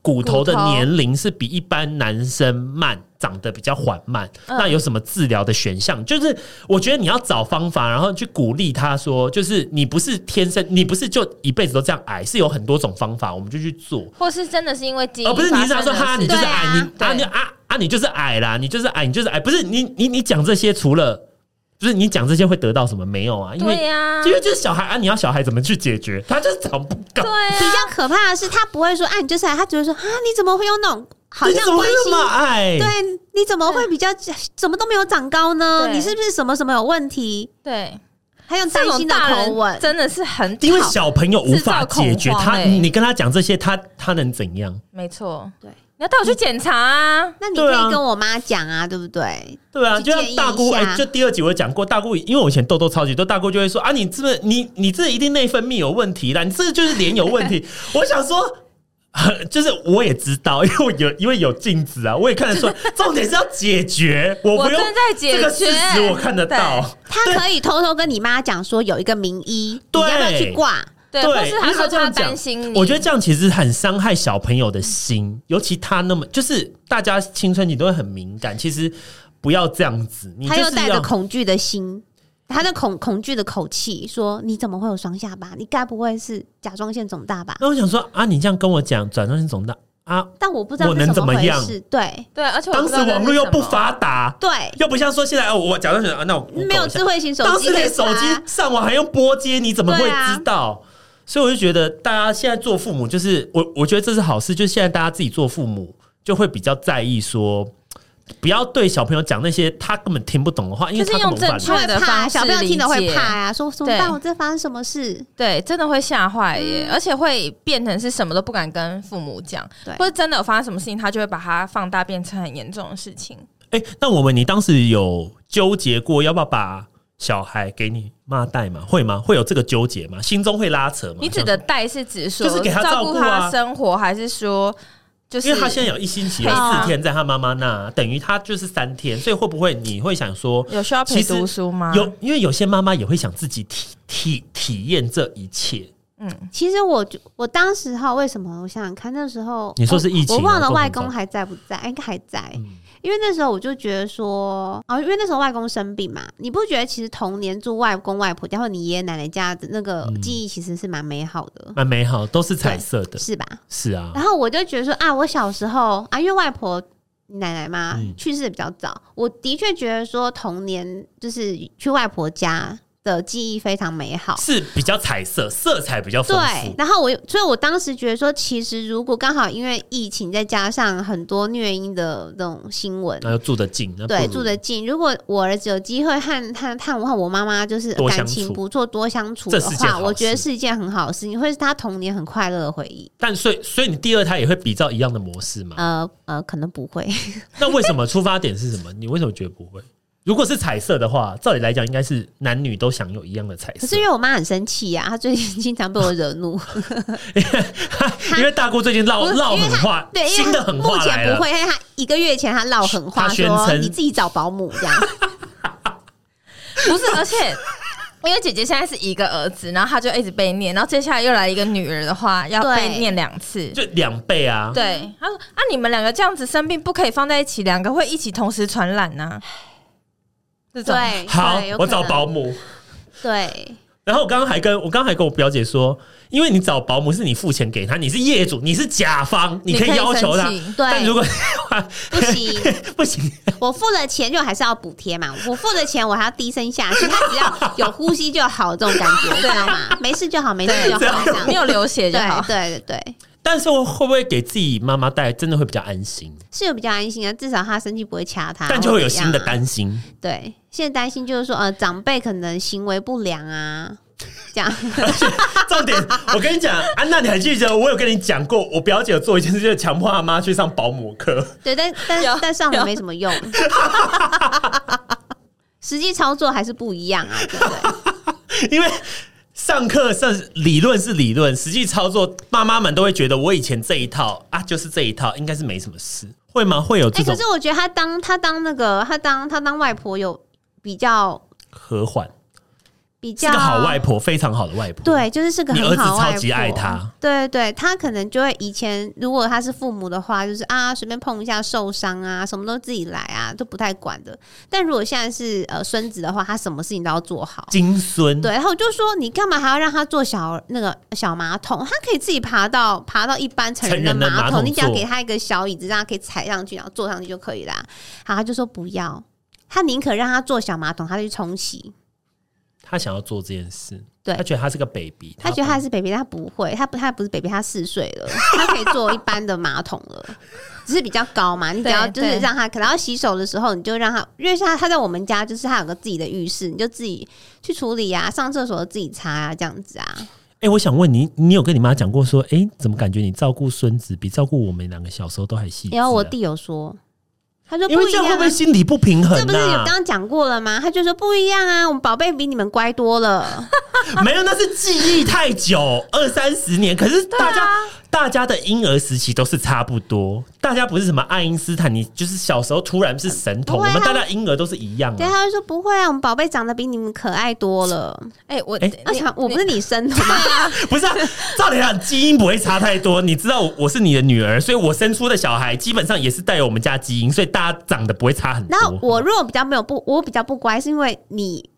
Speaker 1: 骨头的
Speaker 2: 骨头
Speaker 1: 年龄是比一般男生慢，长得比较缓慢，
Speaker 2: 嗯
Speaker 1: 那有什么治疗的选项？就是我觉得你要找方法，然后去鼓励他说，就是你不是天生，你不是就一辈子都这样矮，是有很多种方法，我们就去做。
Speaker 2: 或是真的是因为基因
Speaker 1: 而、哦不是你
Speaker 2: 发
Speaker 1: 一直
Speaker 2: 生
Speaker 1: 要
Speaker 2: 的
Speaker 1: 说哈，你就是
Speaker 2: 事
Speaker 1: 矮，你
Speaker 2: 对啊
Speaker 1: 啊你
Speaker 2: 对
Speaker 1: 啊啊你就是矮啦，你就是矮，你就是矮，不是你你你讲这些，除了就是你讲这些会得到什么没有啊？因为
Speaker 2: 对呀，
Speaker 1: 因为就是小孩啊，你要小孩怎么去解决？他就是长不高，
Speaker 2: 对啊
Speaker 3: 比
Speaker 2: 呀，
Speaker 3: 较可怕的是，他不会说啊，你就是矮，他只会说啊，你怎么会有那种好
Speaker 1: 你
Speaker 3: 像
Speaker 1: 怎么会
Speaker 3: 关
Speaker 1: 那
Speaker 3: 心
Speaker 1: 么矮？
Speaker 3: 对，你怎么会比较怎么都没有长高呢？
Speaker 2: 对
Speaker 3: 你是不是什么什么有问题？
Speaker 2: 对，
Speaker 3: 还有
Speaker 2: 这
Speaker 3: 担
Speaker 2: 种
Speaker 3: 心的
Speaker 2: 大
Speaker 3: 口
Speaker 2: 人
Speaker 3: 吻，
Speaker 2: 真的是很
Speaker 1: 因为
Speaker 2: 讨
Speaker 1: 小朋友无法解
Speaker 2: 制
Speaker 1: 决
Speaker 2: 造恐
Speaker 1: 他，
Speaker 2: 慌欸
Speaker 1: 你跟他讲这些，他他能怎样？
Speaker 2: 没错，
Speaker 3: 对，
Speaker 2: 你要带我去检查啊，
Speaker 3: 那你
Speaker 1: 对
Speaker 3: 可
Speaker 1: 啊
Speaker 3: 以跟我妈讲啊，对不对？
Speaker 1: 对啊，
Speaker 3: 去
Speaker 1: 就像
Speaker 3: 建议
Speaker 1: 大姑
Speaker 3: 一
Speaker 1: 哎、
Speaker 3: 下
Speaker 1: 就第二集我有讲过，大姑因为我以前痘痘超级多，大姑就会说啊，你这个你你这一定内分泌有问题啦，你这就是脸有问 题。我想说。 呃就是我也知道，因为我有因为有镜子啊，我也看得出来。重点是要解决，我不
Speaker 2: 我
Speaker 1: 用
Speaker 2: 正在解
Speaker 1: 这个事实
Speaker 2: 决
Speaker 1: 我看得到。
Speaker 3: 她可以偷偷跟你妈讲说有一个名医，你要不要
Speaker 1: 对
Speaker 3: 去挂？
Speaker 2: 对，
Speaker 1: 对
Speaker 2: 或是他
Speaker 1: 因为他
Speaker 2: 说
Speaker 1: 这样
Speaker 2: 他
Speaker 1: 讲
Speaker 2: 担心你，
Speaker 1: 我觉得这样其实很伤害小朋友的心，尤其他那么就是大家青春期都会很敏感，其实不要这样子。你就
Speaker 3: 她
Speaker 1: 是
Speaker 3: 又带着
Speaker 1: 要
Speaker 3: 恐惧的心，她的恐恐惧的口气说：“你怎么会有双下巴？你该不会是甲状腺肿大吧
Speaker 1: 那我想说啊，你这样跟我讲转账是总的啊，？”
Speaker 3: 但我不知道
Speaker 1: 我
Speaker 3: 是
Speaker 1: 能
Speaker 3: 怎
Speaker 1: 怎么
Speaker 3: 么回
Speaker 1: 样
Speaker 3: 事，对
Speaker 2: 对，而且我
Speaker 1: 当
Speaker 2: 不
Speaker 1: 时
Speaker 2: 知道
Speaker 1: 网络又不
Speaker 2: 这是什么，
Speaker 1: 发达，
Speaker 3: 对，
Speaker 1: 又不像说现在哦，我假装想啊，那我
Speaker 3: 没有智
Speaker 1: 慧
Speaker 3: 慧型手
Speaker 1: 当
Speaker 3: 机
Speaker 1: 时
Speaker 3: 可以
Speaker 1: 连手
Speaker 3: 查，
Speaker 1: 机上网还用拨接，你怎么会
Speaker 3: 对啊
Speaker 1: 知道？所以我就觉得，大家现在做父母，就是我我觉得这是好事，就是现在大家自己做父母就会比较在意说。不要对小朋友讲那些他根本听不懂的话，因为
Speaker 2: 就是
Speaker 1: 他根本
Speaker 2: 用
Speaker 1: 无法
Speaker 2: 正
Speaker 1: 理解
Speaker 2: 确
Speaker 3: 她会
Speaker 2: 的
Speaker 3: 怕，
Speaker 2: 方式
Speaker 3: 小朋友听了会
Speaker 2: 理解
Speaker 3: 怕呀、说怎么
Speaker 2: 对
Speaker 3: 办？我这发生什么事？
Speaker 2: 对，真的会吓坏
Speaker 3: 嗯
Speaker 2: 耶，而且会变成是什么都不敢跟父母讲，
Speaker 3: 对
Speaker 2: 或者真的有发生什么事情，他就会把它放大变成很严重的事情。
Speaker 1: 哎、那我们你当时有纠结过要不要把小孩给你妈带吗？会吗？会有这个纠结吗？心中会拉扯吗？
Speaker 2: 你指的带是指说
Speaker 1: 就是给他照
Speaker 2: 照
Speaker 1: 顾
Speaker 2: 顾
Speaker 1: 啊
Speaker 2: 他生活，还是说就是
Speaker 1: 因为他现在有一星期有
Speaker 2: 陪他
Speaker 1: 四天在他妈妈那，等于他就是三天，所以会不会你会想说
Speaker 2: 有需要陪
Speaker 1: 其实
Speaker 2: 读书吗？
Speaker 1: 有？因为有些妈妈也会想自己体体体验这一切。
Speaker 3: 其实我就我当时候为什么？我想想看，那时候
Speaker 1: 你说是疫情啊
Speaker 3: 我忘
Speaker 1: 共
Speaker 3: 了
Speaker 1: 同
Speaker 3: 外
Speaker 1: 照
Speaker 3: 公
Speaker 1: 顾
Speaker 3: 还在不在，应该还在。
Speaker 1: 嗯
Speaker 3: 因为那时候我就觉得说，哦，因为那时候外公生病嘛，你不觉得其实童年住外公外婆家或你爷爷奶奶家的那个
Speaker 1: 嗯
Speaker 3: 记忆其实是蛮美好的，
Speaker 1: 蛮美好，都是彩色的，
Speaker 3: 是吧？
Speaker 1: 是啊，
Speaker 3: 然后我就觉得说啊，我小时候啊，因为外婆奶奶嘛
Speaker 1: 嗯
Speaker 3: 去世的比较早，我的确觉得说童年就是去外婆家的记忆非常美好。
Speaker 1: 是比较彩色，色彩比较丰
Speaker 3: 对
Speaker 1: 富，。
Speaker 3: 然后我，所以我当时觉得说，其实如果刚好因为疫情，再加上很多虐婴的那种新闻，
Speaker 1: 那又住得近，那不
Speaker 3: 对，
Speaker 1: 如
Speaker 3: 住得近。如果我儿子有机会和和和我和我妈妈就是
Speaker 1: 多相
Speaker 3: 感
Speaker 1: 处
Speaker 3: 情不错，多相处
Speaker 1: 这
Speaker 3: 的
Speaker 1: 是件
Speaker 3: 话，
Speaker 1: 好
Speaker 3: 我觉得
Speaker 1: 事
Speaker 3: 是一件很好的事情，会是他童年很快乐的回忆。
Speaker 1: 但所以所以你第二胎也会比照一样的模式嘛？
Speaker 3: 呃呃，可能不会，
Speaker 1: 那为什么出发点是什么？你为什么觉得不会？如果是彩色的话，照理来讲应该是男女都享有一样的彩
Speaker 3: 可
Speaker 1: 色
Speaker 3: 是因，为我妈很生气啊呀、她最近 经常被我惹 怒。
Speaker 1: 因为大姑最近唠
Speaker 3: 不是
Speaker 1: 唠
Speaker 3: 因为
Speaker 1: 狠话，
Speaker 3: 对，因
Speaker 1: 新
Speaker 3: 为
Speaker 1: 的
Speaker 3: 她
Speaker 1: 狠
Speaker 3: 目
Speaker 1: 话来
Speaker 3: 前
Speaker 1: 了
Speaker 3: 不。会，因为她一个月前她唠狠话
Speaker 1: 她宣
Speaker 3: 说
Speaker 1: 称
Speaker 3: 你自己找保姆这 样。
Speaker 2: 不是，而且。因为姐姐现在是一个儿子，然后他就一直被念，然后接下来又来一个女儿的话，要
Speaker 3: 对
Speaker 2: 被念两次。
Speaker 1: 就两倍啊！
Speaker 2: 对，他说啊，你们两个这样子生病不可以放在一起，两个会一起同时传染呐、这种
Speaker 3: 对，
Speaker 1: 好
Speaker 3: 对，
Speaker 1: 我找。
Speaker 3: 有可
Speaker 1: 保姆。
Speaker 3: 能对，
Speaker 1: 然后我刚刚还跟我刚刚还跟我表姐说，因为你找保姆是你付钱给他，你是业主，你是甲方，你可以要求啊他
Speaker 2: 生。气
Speaker 3: 对
Speaker 1: 但如果
Speaker 3: 不行，
Speaker 1: 不行，
Speaker 3: 我付了钱就还是要补贴嘛，我付了钱我还要低声下气，他只要有呼吸就好，这种感觉，知 道吗？没事就好，没事就
Speaker 1: 对
Speaker 3: 好，这样
Speaker 2: 没。有流血就
Speaker 3: 对
Speaker 2: 好。
Speaker 3: 对对对，
Speaker 1: 但是我会不会给自己妈妈带，真的会比较安心？
Speaker 3: 是有比较安心啊，至少他生气不会掐他，
Speaker 1: 但就会有新的
Speaker 3: 或怎样啊。
Speaker 1: 担心。
Speaker 3: 对，现在担心就是说，呃，长辈可能行为不良啊，这样。
Speaker 1: 重点，我跟你讲，安娜，你还记得我有跟你讲过，我表姐有做一件事，就是强迫她妈去上保姆课。
Speaker 3: 对，但
Speaker 2: 有
Speaker 3: 但但上
Speaker 2: 有
Speaker 3: 了没什么用， 实际操作还是不 一样啊，对不对？
Speaker 1: 因为上课是理论是理论，实际操作妈妈们都会觉得我以前这一套啊，就是这一套，应该是没什么事，会吗？会有
Speaker 3: 哎、
Speaker 1: 这种
Speaker 3: 可是我觉得他当他当那个他当他当外婆有比较
Speaker 1: 和缓？
Speaker 3: 比
Speaker 1: 是
Speaker 3: 较
Speaker 1: 个好外婆，非常好的外婆。，
Speaker 3: 对，就是是个
Speaker 1: 你
Speaker 3: 很
Speaker 1: 儿子
Speaker 3: 好外
Speaker 1: 超
Speaker 3: 婆，
Speaker 1: 级爱他。
Speaker 3: 对对对，他可能就会以前如果他是父母的话，就是啊随便碰一下受伤啊，什么都自己来啊，都不太管的。但如果现在是呃孙子的话，他什么事情都要做好。
Speaker 1: 金孙，
Speaker 3: 对，然后我就说你干嘛还要让他坐小那个小马桶？他可以自己爬到爬到一般成
Speaker 1: 成
Speaker 3: 人
Speaker 1: 人的
Speaker 3: 的
Speaker 1: 马
Speaker 3: 马
Speaker 1: 桶
Speaker 3: 你只要
Speaker 1: 座
Speaker 3: 给他一个小椅子，让他可以踩上去，然后坐上去就可以啦。然后他就说不要，他宁可让他坐小马桶，他去冲洗。
Speaker 1: 他想要做这件事，
Speaker 3: 对
Speaker 1: 他觉得他是个 baby，
Speaker 3: 他觉得他还是 baby，但他不会，他不他不是 baby，他四岁了，他可以坐一般的马桶了，只是比较高嘛。你只要
Speaker 2: 对
Speaker 3: 就是
Speaker 2: 对
Speaker 3: 让他，可能要洗手的时候，你就让他，因为像他他在我们家就是他有个自己的浴室，你就自己去处理啊，上厕所自己擦啊，这样子啊。
Speaker 1: 哎、我想问你，你有跟你妈讲过说，哎、怎么感觉你照顾孙子比照顾我们两个小时候都还细致、啊？
Speaker 3: 然后我弟有说，他说
Speaker 1: 因
Speaker 3: 不
Speaker 1: 为
Speaker 3: 一
Speaker 1: 这样
Speaker 3: 样、
Speaker 1: 会不会
Speaker 3: 啊。
Speaker 1: 心理不平衡
Speaker 3: 这不是有
Speaker 1: 呐、
Speaker 3: 刚刚讲过了吗？他就说不一样啊，我们宝贝比你们乖多
Speaker 1: 嗯
Speaker 3: 了。
Speaker 1: 没有，那是记忆太久，二三十年。可是大家、
Speaker 3: 啊
Speaker 1: 大家的婴儿时期都是差不多，大家不是什么爱因斯坦，你就是小时候突然是神童，
Speaker 3: 不会
Speaker 1: 我
Speaker 3: 啊
Speaker 1: 们大家婴儿都是一样、
Speaker 3: 对，
Speaker 1: 啊。
Speaker 3: 他就说不会啊，我们宝贝长得比你们可爱多了。
Speaker 2: 哎、我
Speaker 1: 哎
Speaker 3: 而
Speaker 2: 你
Speaker 3: 且我不是你生的吗？
Speaker 1: 不是、啊，照理讲基因不会差太多。你知道我我是你的女儿，所以我生出的小孩基本上也是带有我们家基因，所以大家长得不会差很多。
Speaker 3: 然后我如果比较没有不，我比较不乖，是因为你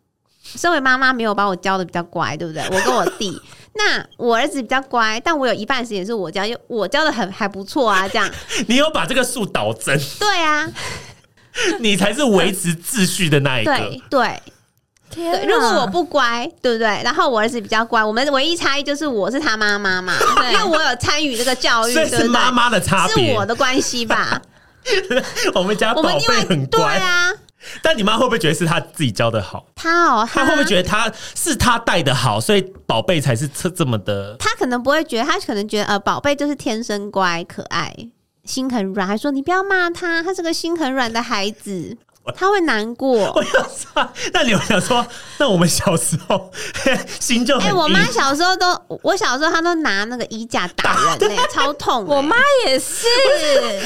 Speaker 3: 身为妈妈没有把我教的比较乖，对不对？我跟我 弟，那我儿子比较乖，但我有一半时间是我教，因为我教的很还不错啊，这样
Speaker 1: 你有把这个树倒正，
Speaker 3: 对啊，
Speaker 1: 你才是维持秩序的那一个
Speaker 3: 对。对
Speaker 2: 天
Speaker 3: 对。
Speaker 2: 哪，
Speaker 3: 如果我不乖，对不对？然后我儿子比较乖，我们唯一差异就是我是他妈妈嘛，
Speaker 2: 对
Speaker 3: 因为我有参与这个教育，
Speaker 1: 所
Speaker 3: 对
Speaker 1: 以
Speaker 3: 不
Speaker 1: 是
Speaker 3: 对？
Speaker 1: 妈妈的差
Speaker 3: 是
Speaker 1: 别。
Speaker 3: 我的关 系吧？
Speaker 1: 我们家
Speaker 3: 我
Speaker 1: 宝
Speaker 3: 们因
Speaker 1: 贝
Speaker 3: 为
Speaker 1: 很
Speaker 3: 对
Speaker 1: 乖，
Speaker 3: 啊，
Speaker 1: 但你妈会不会觉得是她自己教的好？
Speaker 3: 他哦，
Speaker 1: 她会不会觉得她是她带的好，所以宝贝才是这这么的？
Speaker 3: 他可能不会觉得，他可能觉得呃，宝贝就是天生乖可爱，心很软，还说你不要骂他，他是个心很软的孩 子，他会难过。
Speaker 1: 我想说，那你有想说，那我们小时候心就
Speaker 3: 哎、
Speaker 1: 很
Speaker 3: 我
Speaker 1: 硬
Speaker 3: 妈小时候都，我小时候她都拿那个衣架 打人呢、超痛欸、
Speaker 2: 我妈也是，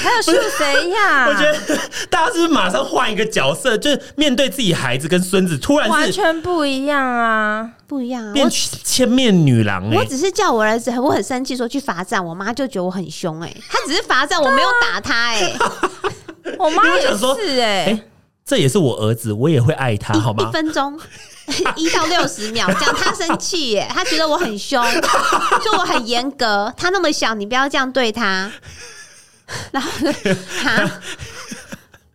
Speaker 2: 还有是谁呀？
Speaker 1: 我觉得大家是不是马上换一个角色，就是面对自己孩子跟孙子，突然
Speaker 2: 完
Speaker 1: 是
Speaker 2: 全不一样啊！
Speaker 3: 不一样啊。
Speaker 1: 变千面女郎哎、
Speaker 3: 我我只是叫我儿子，我很生气，说去罚站，我妈就觉得我很凶哎、 她只是罚站，我没有打她哎、
Speaker 2: 我妈
Speaker 1: 因为我
Speaker 2: 也
Speaker 1: 想说
Speaker 2: 是哎、
Speaker 1: 哎这也是我儿子，我也会爱他，好
Speaker 3: 一
Speaker 1: 吗
Speaker 3: 一？分钟一到六十秒这样，他生气耶，他觉得我很凶，说我很严格，他那么小，你不要这样对他。然后我就哈，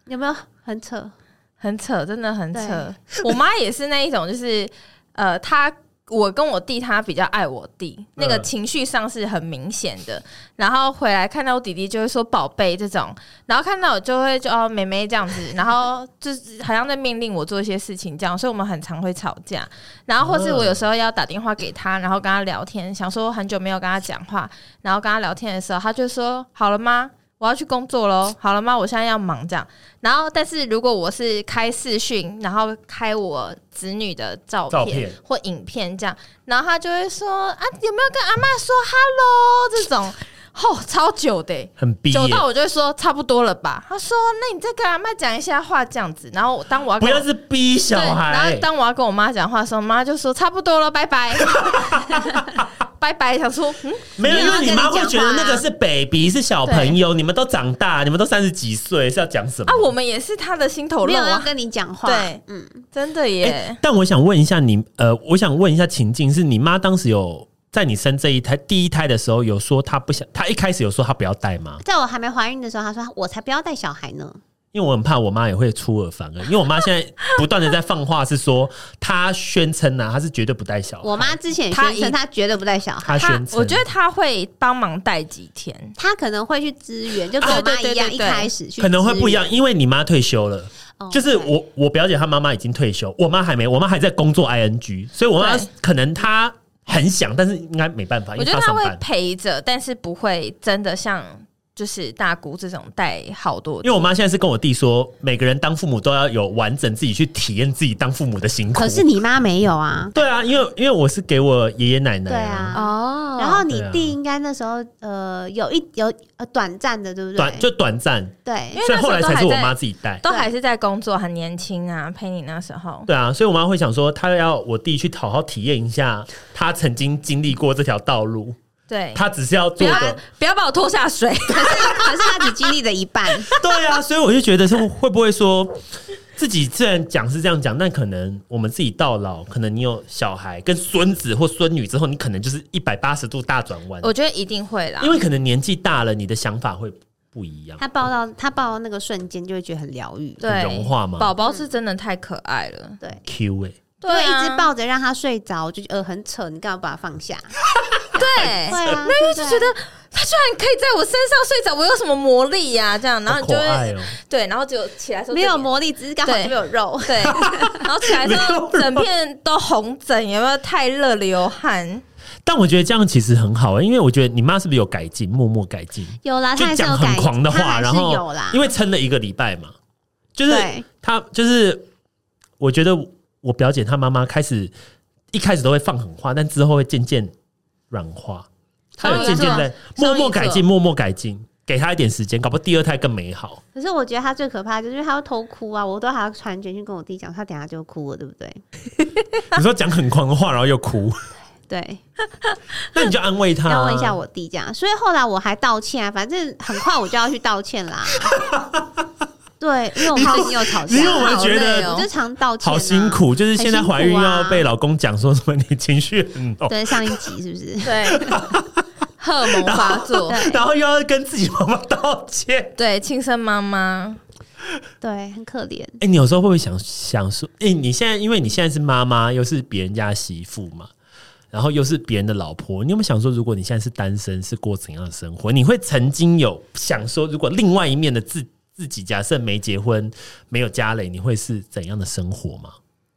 Speaker 3: 有没有很扯？
Speaker 2: 很扯，真的很扯 我
Speaker 3: 对。
Speaker 2: 妈也是那一种，就是呃，她我跟我弟，她比较爱我弟，那个情绪上是很明显的。然后回来看到我弟弟，就会说“宝贝”这种，然后看到我就会就哦“妹妹”这样子，然后就是好像在命令我做一些事情这样，所以我们很常会吵架。然后或是我有时候要打电话给他，然后跟他聊天，想说很久没有跟他讲话，然后跟他聊天的时候，他就说：“好了吗？我要去工作喽。好了吗？我现在要忙这样。”然后，但是如果我是开视讯，然后开我子女的照
Speaker 1: 照
Speaker 2: 片
Speaker 1: 片
Speaker 2: 或影片这样，然后他就会说：“啊，有没有跟阿妈说 hello 这种？” 哦，超久的欸、
Speaker 1: 很逼耶、
Speaker 2: 久到我就会说差不多了吧。他说：“那你再跟阿妈讲一下话，这样子。”然后我当我要
Speaker 1: 不
Speaker 2: 跟我
Speaker 1: 要是逼小
Speaker 2: 对，然
Speaker 1: 孩
Speaker 2: 后。当我要跟我妈讲话的时候，妈就说差不多了，拜拜， 拜拜。想说，嗯，
Speaker 1: 没有，
Speaker 3: 没
Speaker 1: 因
Speaker 3: 有
Speaker 1: 为你
Speaker 3: 跟
Speaker 1: 妈
Speaker 3: 你
Speaker 1: 会
Speaker 3: 讲
Speaker 1: 觉得
Speaker 3: 话
Speaker 1: 那个
Speaker 3: 啊
Speaker 1: 是 baby，是小朋友，你们都长大，你们都三十几岁，是要讲什么
Speaker 2: 啊，我们也是她的心头
Speaker 3: 没
Speaker 2: 肉
Speaker 3: 有要
Speaker 2: 啊，
Speaker 3: 跟你讲话。
Speaker 2: 对
Speaker 3: 嗯，
Speaker 2: 真的
Speaker 1: 哎
Speaker 2: 耶。
Speaker 1: 但我想问一下你，呃，我想问一下情境，是你妈当时有在你生这一胎第一胎的时候，有说她不想，她一开始有说她不要带吗？
Speaker 3: 在我还没怀孕的时候，他说我才不要带小孩呢。
Speaker 1: 因为我很怕我妈也会出尔反尔，因为我妈现在不断的在放话，是说她宣称呢、啊，她是绝对不带小孩，
Speaker 3: 我妈之前也
Speaker 2: 哦她
Speaker 3: 宣称
Speaker 2: 一
Speaker 3: 她绝对不带小孩，
Speaker 1: 她
Speaker 2: 她
Speaker 1: 宣，称，
Speaker 2: 我觉得她会帮忙带几天，
Speaker 3: 她可能会去支援，就跟我
Speaker 2: 哦对
Speaker 3: 妈
Speaker 2: 对对
Speaker 3: 一样，
Speaker 2: 对
Speaker 3: 一
Speaker 2: 对
Speaker 3: 开始去
Speaker 1: 可能会
Speaker 3: 支
Speaker 1: 不一
Speaker 3: 援
Speaker 1: 样，，因为你妈退休了。
Speaker 2: 嗯
Speaker 3: 哦
Speaker 1: 就是
Speaker 3: 对
Speaker 1: 我我表姐她妈妈已经退休，我妈还没，我妈还在工作 ing，所以我妈
Speaker 2: 对
Speaker 1: 可能她很想，但是应该没办啊法，因为
Speaker 2: 我觉得她
Speaker 1: 上
Speaker 2: 会
Speaker 1: 班。
Speaker 2: 陪着，但是不会真的像就是大姑这种带好多
Speaker 1: 因为我妈现在是跟我弟说，每个人当父母都要有完整自己去体验自己当父母的辛苦。
Speaker 3: 可是你妈没有啊。
Speaker 1: 对啊，因为因为我是给我爷爷奶奶
Speaker 3: 对啊
Speaker 2: 哦
Speaker 3: 然后你
Speaker 1: 对啊
Speaker 3: 弟应该那时候呃有一有呃短暂的，对不对？
Speaker 1: 短就短暂，
Speaker 3: 对
Speaker 2: 啊因为
Speaker 1: 所以
Speaker 2: 那时
Speaker 1: 后
Speaker 2: 候
Speaker 1: 来
Speaker 2: 都
Speaker 1: 才
Speaker 2: 还
Speaker 1: 是我
Speaker 2: 在
Speaker 1: 妈自己带。
Speaker 2: 都还是在工作，很年轻啊，陪你那时候。
Speaker 1: 对啊，所以我妈会想说，她要我弟去好好体验一下，她曾经经历过这条道路，
Speaker 2: 对，
Speaker 1: 她只是要
Speaker 2: 不
Speaker 1: 做
Speaker 2: 要
Speaker 1: 的。
Speaker 2: 不要把我拖 下水。
Speaker 3: 可是他只经历了一 半，
Speaker 1: 对啊，所以我就觉得说，会不会说自己虽然讲是这样讲，但可能我们自己到老，可能你有小孩跟孙子或孙女之后，你可能就是一百八十度大转弯，
Speaker 2: 我觉得一定会啦
Speaker 1: 因，为可能年纪大了，你的想法会不一样，
Speaker 3: 他抱到他抱到那个瞬间就会觉得很疗愈。
Speaker 2: 对，
Speaker 1: 融化嘛
Speaker 2: 宝宝是真的太可爱了，
Speaker 3: 对，
Speaker 1: Q 哎、
Speaker 3: 因为
Speaker 2: 啊
Speaker 3: 一直抱着让他睡着，就觉得呃很扯，你干嘛把他放下？
Speaker 2: 对
Speaker 3: 对。啊，
Speaker 2: 那因为
Speaker 3: 对
Speaker 2: 就
Speaker 3: 不
Speaker 2: 觉
Speaker 3: 对
Speaker 2: 得他居然可以在我身上睡着，我有什么魔力呀、这样，然后
Speaker 1: 好
Speaker 2: 你
Speaker 1: 可
Speaker 2: 就会
Speaker 1: 爱哦、
Speaker 2: 对，然后只有起来的时候
Speaker 3: 没有
Speaker 2: 这边
Speaker 3: 魔力，只是刚好
Speaker 2: 对
Speaker 3: 没有肉。
Speaker 2: 对，然后起来之后
Speaker 1: 没有
Speaker 2: 整片都红疹，有没有太热流汗？
Speaker 1: 但我觉得这样其实很好、欸，因为我觉得你妈是不是有改进，默默改进？
Speaker 3: 有啦，他
Speaker 1: 就
Speaker 3: 啊还是
Speaker 1: 讲
Speaker 3: 有
Speaker 1: 很
Speaker 3: 改，
Speaker 1: 狂的
Speaker 3: 他
Speaker 1: 话，
Speaker 3: 还
Speaker 1: 然
Speaker 3: 是有
Speaker 1: 后
Speaker 3: 啦，
Speaker 1: 因为撑了一个礼拜嘛，就是
Speaker 3: 对
Speaker 1: 他就是我觉得我表姐她妈妈开始一开始都会放狠话，但之后会渐渐软化，她有
Speaker 2: 双鱼
Speaker 1: 渐渐
Speaker 2: 座
Speaker 1: 在
Speaker 2: 双
Speaker 1: 默
Speaker 2: 鱼
Speaker 1: 默改
Speaker 2: 座
Speaker 1: 进，默默改进，给她一点时间，搞不好第二胎更美 好。
Speaker 3: 可是我觉得他最可怕就是因为他会偷哭啊，我都还要传简讯跟我弟讲，他等下就哭了，对不对？
Speaker 1: 你说讲很狂的话，然后又哭，
Speaker 3: 对，
Speaker 1: 那你就安慰她、啊
Speaker 3: 要问一下我弟这样。所以后来我还道歉啊，反正很快我就要去道歉啦。 对，因为我们最近又吵
Speaker 1: 因为我
Speaker 3: 架，
Speaker 1: 们觉得
Speaker 3: 我就常道歉、啊，
Speaker 1: 好辛。苦，哦就是现在怀孕
Speaker 3: 很辛苦啊
Speaker 1: 要被老公讲说什么你情绪很浓，
Speaker 3: 对，上一集是不是？
Speaker 2: 对， 荷尔蒙发作，
Speaker 1: 然后又要跟自己妈妈道歉。
Speaker 2: 对，亲生妈妈，
Speaker 3: 对，很可怜。
Speaker 1: 哎、你有时候会不会想想说，哎、你现在因为你现在是妈妈，又是别人家媳妇嘛，然后又是别人的老婆，你有没有想说，如果你现在是单身，是过怎样的生活？你会曾经有想说，如果另外一面的自自己假设没结婚、没有家累，你会是怎样的生活吗？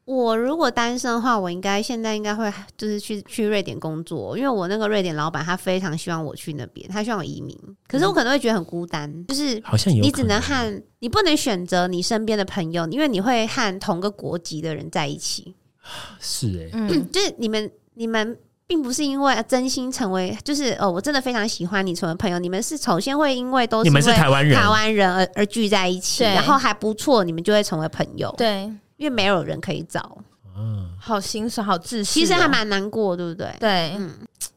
Speaker 3: 我如果单身的话，我应该现在应该会就是去去瑞典工作，因为我那个瑞典老板他非常希望我去那边，他希望我移民。可是我可能会觉得很孤单，就是
Speaker 1: 好嗯像有可，
Speaker 3: 你只能和你不能选择你身边的朋友，因为你会和同个国籍的人在一起，
Speaker 1: 是哎、
Speaker 2: 嗯，
Speaker 3: 就是你们你们。并不是因为真心成为，就是哦，我真的非常喜欢你成为朋友。你们是首先会因为都
Speaker 1: 你
Speaker 3: 因
Speaker 1: 们
Speaker 3: 为
Speaker 1: 是台湾人，
Speaker 3: 台湾人而而聚在一起，
Speaker 2: 对
Speaker 3: 然后还不错，你们就会成为朋友。，
Speaker 2: 对，
Speaker 3: 因为没有人可以找，
Speaker 2: 好心酸，好窒息哦，
Speaker 1: 啊
Speaker 3: 其实还蛮难过，对不对？
Speaker 2: 对，
Speaker 3: 嗯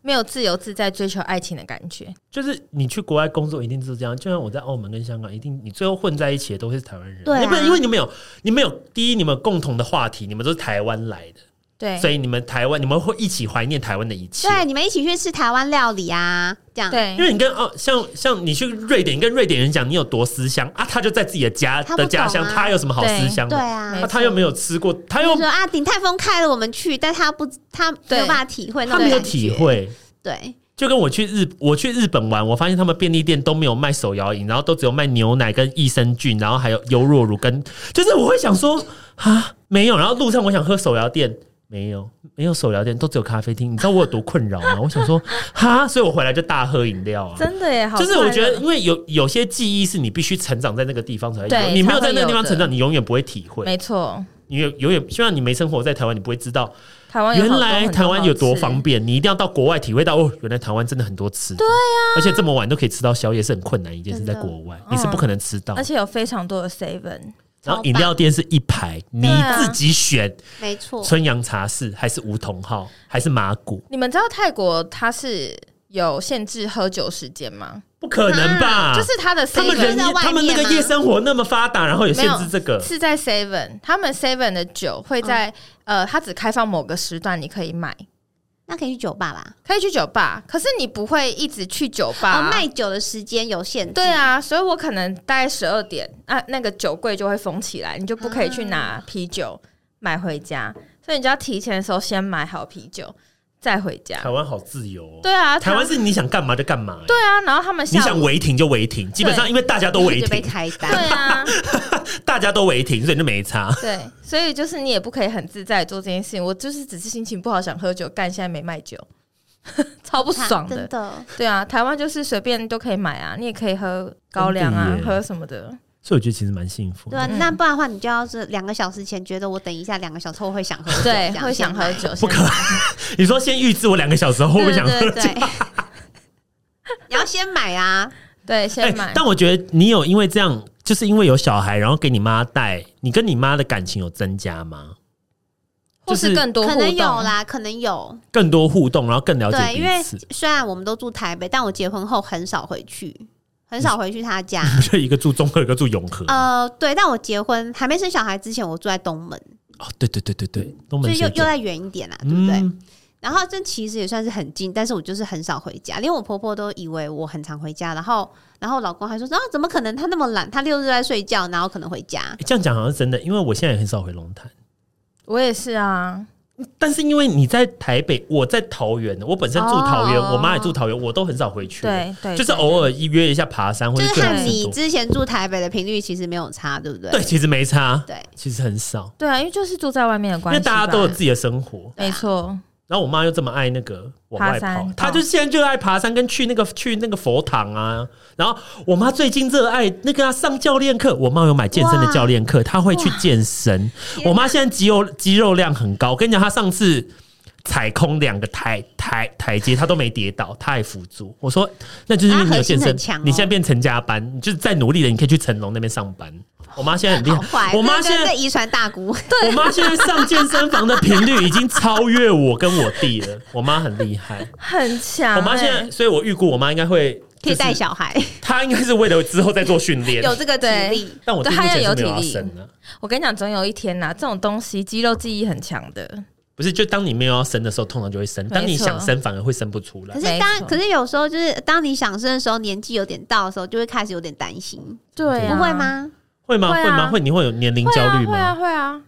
Speaker 2: 没有自由自在追求爱情的感觉，
Speaker 1: 就是你去国外工作一定是这样，就像我在澳门跟香港，一定你最后混在一起的都会是台湾人。
Speaker 3: 对啊
Speaker 1: 你不能因为你们有你们有第一，你们有共同的话题，你们都是台湾来的，
Speaker 2: 对，
Speaker 1: 所以你们台湾你们会一起怀念台湾的一切。
Speaker 3: 对，你们一起去吃台湾料理啊，这样。
Speaker 1: 因
Speaker 2: 对，
Speaker 1: 为你跟哦，像像你去瑞典，你跟瑞典人讲你有多思乡啊，他就在自己的家
Speaker 3: 他不
Speaker 1: 的家乡，
Speaker 3: 懂啊
Speaker 1: 他有什么好思乡
Speaker 3: 对
Speaker 1: 的？
Speaker 3: 啊
Speaker 2: 没
Speaker 1: 啊，，他又没有吃过，他又
Speaker 3: 就说啊，鼎泰丰开了，我们去，但他不，他没有
Speaker 2: 对
Speaker 3: 办法体会那
Speaker 1: 他
Speaker 3: 种
Speaker 1: 没有
Speaker 3: 感
Speaker 1: 体
Speaker 3: 觉。
Speaker 1: 会。
Speaker 3: 对，
Speaker 1: 就跟我去日我去日本玩，我发现他们便利店都没有卖手摇饮，然后都只有卖牛奶跟益生菌，然后还有优若乳跟，就是我会想说啊没有，然后路上我想喝手摇店。没有，没有手摇店，都只有咖啡厅。你知道我有多困扰吗？我想说，哈，所以我回来就大喝饮料啊。
Speaker 2: 真的耶，好
Speaker 1: 就是我觉得，
Speaker 2: 快乐
Speaker 1: 因为有有些记忆是你必须成长在那个地方才会有，
Speaker 2: 对
Speaker 1: 你没有在
Speaker 2: 才会
Speaker 1: 那个地方
Speaker 2: 有的
Speaker 1: 成长，你永远不会体会，
Speaker 2: 没错，
Speaker 1: 你永永远虽然你没生活在台湾，你不会知道
Speaker 2: 台哦湾有
Speaker 1: 原
Speaker 2: 好多
Speaker 1: 来台湾有多方，
Speaker 2: 很好吃
Speaker 1: 便，你一定要到国外体会到哦，原来台湾真的很多吃。对
Speaker 2: 啊
Speaker 1: 呀、而且这么晚都可以吃到宵夜是很困难一件事，
Speaker 3: 真
Speaker 1: 在
Speaker 3: 的
Speaker 1: 国外你是不可能吃到。
Speaker 2: 而且有非常多的 seven，
Speaker 1: 然后饮料店是一排，你
Speaker 2: 啊
Speaker 1: 自己选
Speaker 3: 没错。
Speaker 1: 春阳茶室还是梧桐号还是麻古，
Speaker 2: 你们知道泰国它是有限制喝酒时间吗？
Speaker 1: 不可能吧？
Speaker 2: 啊就是它的
Speaker 1: 啊他们
Speaker 2: seven
Speaker 1: 人
Speaker 3: 在外面吗
Speaker 1: 他们那个夜生活那么发达，然后有限制这个，
Speaker 2: 啊是在 seven，他们 seven 的酒会在、
Speaker 1: 嗯
Speaker 2: 呃，它只开放某个时段你可以买，
Speaker 3: 那可以去酒吧吧？
Speaker 2: 可以去酒吧，可是你不会一直去酒吧、
Speaker 1: 啊
Speaker 3: 哦，卖酒的时间有限制。
Speaker 2: 对，啊，所以我可能大概十二点，啊，那个酒柜就会封起来，你就不可以去
Speaker 1: 啊
Speaker 2: 拿啤酒买回家，所以你就要提前的时候先买好啤酒再回家
Speaker 1: 台。湾好自由、哦。
Speaker 2: 啊对啊，
Speaker 1: 台湾
Speaker 2: 他
Speaker 1: 是你想干嘛就干嘛、
Speaker 2: 对啊，然后他们
Speaker 1: 你
Speaker 2: 下
Speaker 1: 想
Speaker 2: 午
Speaker 1: 违停就违停，基本上因为大家都违
Speaker 3: 就被
Speaker 1: 停，
Speaker 3: 开单
Speaker 2: 对。啊，
Speaker 1: 大家都违停，所以就没差。
Speaker 2: 对，所以就是你也不可以很自在地做这件事情。我就是只是心情不好想喝酒，干现在没卖酒， 超不爽
Speaker 3: 真
Speaker 2: 的。
Speaker 3: 的，
Speaker 2: 对啊，台湾就是随便都可以买啊，你也可以喝高粱啊
Speaker 1: 真的，耶
Speaker 2: 喝什么的。
Speaker 1: 所以我觉得其实蛮幸福
Speaker 3: 对
Speaker 1: 的。
Speaker 3: 啊，
Speaker 2: 嗯
Speaker 3: 那不然的话，你就要是两个小时前觉得我等一下两个小时后会想喝酒，
Speaker 2: 对
Speaker 3: 这，样
Speaker 2: 会想喝，酒，
Speaker 1: 不可你说先预支我两个小时后，
Speaker 3: 对
Speaker 1: 我不想喝
Speaker 3: 对
Speaker 1: 酒
Speaker 3: 对。对你要先买啊，
Speaker 2: 对，先
Speaker 1: 哎
Speaker 2: 买。
Speaker 1: 但我觉得你有因为这样，就是因为有小孩，然后给你妈带，你跟你妈的感情有增加吗？
Speaker 2: 或
Speaker 1: 就是
Speaker 2: 是更多
Speaker 3: 可
Speaker 2: 互
Speaker 3: 能
Speaker 2: 动
Speaker 3: 有，啦，可能有。
Speaker 1: 更多互动，然后更了解
Speaker 3: 对，因为
Speaker 1: 彼此，
Speaker 3: 虽然我们都住台北，但我结婚后很少回去，很少回去他 家。
Speaker 1: 就一个住中和，一个住永和。
Speaker 3: 呃，对，但我结婚还没生小孩之前，我住在东门，
Speaker 1: 哦，对对对对对，东
Speaker 3: 嗯就
Speaker 1: 门
Speaker 3: 是又
Speaker 1: 学姐，
Speaker 3: 又再远一点啦，啊对不对？
Speaker 1: 嗯，
Speaker 3: 然后这其实也算是很近，但是我就是很少回家，因为我婆婆都以为我很常回家，然后然后我老公还说啊，怎么可能？他那么懒，他六日在睡觉，然后可能回家。
Speaker 1: 哎这样讲好像是真的，因为我现在也很少回龙潭。
Speaker 2: 我也是啊，
Speaker 1: 但是因为你在台北，我在桃园，我本身住桃园，
Speaker 2: 哦
Speaker 1: 我妈也住桃园，我都很少回去，
Speaker 2: 对对，
Speaker 1: 就是
Speaker 2: 对
Speaker 1: 偶尔一约一下爬山或
Speaker 3: 就
Speaker 1: 者
Speaker 3: 是
Speaker 1: 各种
Speaker 3: 和
Speaker 1: 事
Speaker 3: 你
Speaker 1: 多
Speaker 3: 之前住台北的频率其实没有差，对不对？
Speaker 1: 对，其实没差，啊
Speaker 3: 对
Speaker 1: 其实很少，
Speaker 2: 对啊，因为就是住在外面的
Speaker 1: 因
Speaker 2: 关
Speaker 1: 为
Speaker 2: 系吧，
Speaker 1: 大家都有自己的生活。
Speaker 2: 没错，
Speaker 1: 然后我妈又这么爱那个往外
Speaker 2: 爬山
Speaker 1: 跑
Speaker 2: 哦，
Speaker 1: 她就是现在就爱爬山，跟去那个去那个佛堂啊。然后我妈最近热爱那个、啊、上教练课，我妈有买健身的教练课，她会去健身。我妈现在肌肉肌肉量很高，我跟你讲，她上次踩空两个台台台阶，她都没跌倒，她还扶住。我说，那就是因为你有健
Speaker 3: 她核心
Speaker 1: 身
Speaker 3: 很强哦，
Speaker 1: 你现在变成家班，你就是再努力了，你可以去成龙那边上班。我妈现在很厉
Speaker 3: 好
Speaker 1: 害，
Speaker 3: 坏，
Speaker 1: 我妈
Speaker 3: 这
Speaker 1: 现
Speaker 3: 个
Speaker 1: 在
Speaker 3: 这遗传 大姑，
Speaker 1: 我妈现在上健身房的频率已经超越我跟我弟了， 我妈很厉害。
Speaker 2: 很强欸。
Speaker 1: 我妈现在，所以我预估我妈应该会，
Speaker 3: 可以带
Speaker 1: 就是
Speaker 3: 小孩，
Speaker 1: 她应该是为了之后再做训练。
Speaker 3: 有这个体
Speaker 2: 欸对
Speaker 3: 力。
Speaker 1: 但我弟目
Speaker 2: 她
Speaker 1: 前
Speaker 2: 要
Speaker 1: 是
Speaker 2: 有
Speaker 1: 没有要
Speaker 2: 体力
Speaker 1: 生啊的，
Speaker 2: 我跟你讲，总有一天呐、啊这种东西肌肉记忆很强的，
Speaker 1: 不是就当你没有要生的时候，通常就会生；当你
Speaker 2: 没错
Speaker 1: 想生，反而会生不出来
Speaker 3: 可。是
Speaker 2: 没
Speaker 3: 当
Speaker 2: 错
Speaker 3: 可是有时候就是当你想生的时候，年纪有点到的时候，就会开始有点担心，
Speaker 2: 对
Speaker 3: 不会？吗？
Speaker 1: 会吗？
Speaker 2: 会
Speaker 1: 会
Speaker 2: 啊
Speaker 1: 吗？会你会有年龄
Speaker 2: 会
Speaker 1: 焦
Speaker 2: 啊，
Speaker 1: 虑
Speaker 2: 会啊，
Speaker 1: 吗？
Speaker 2: 会啊，会啊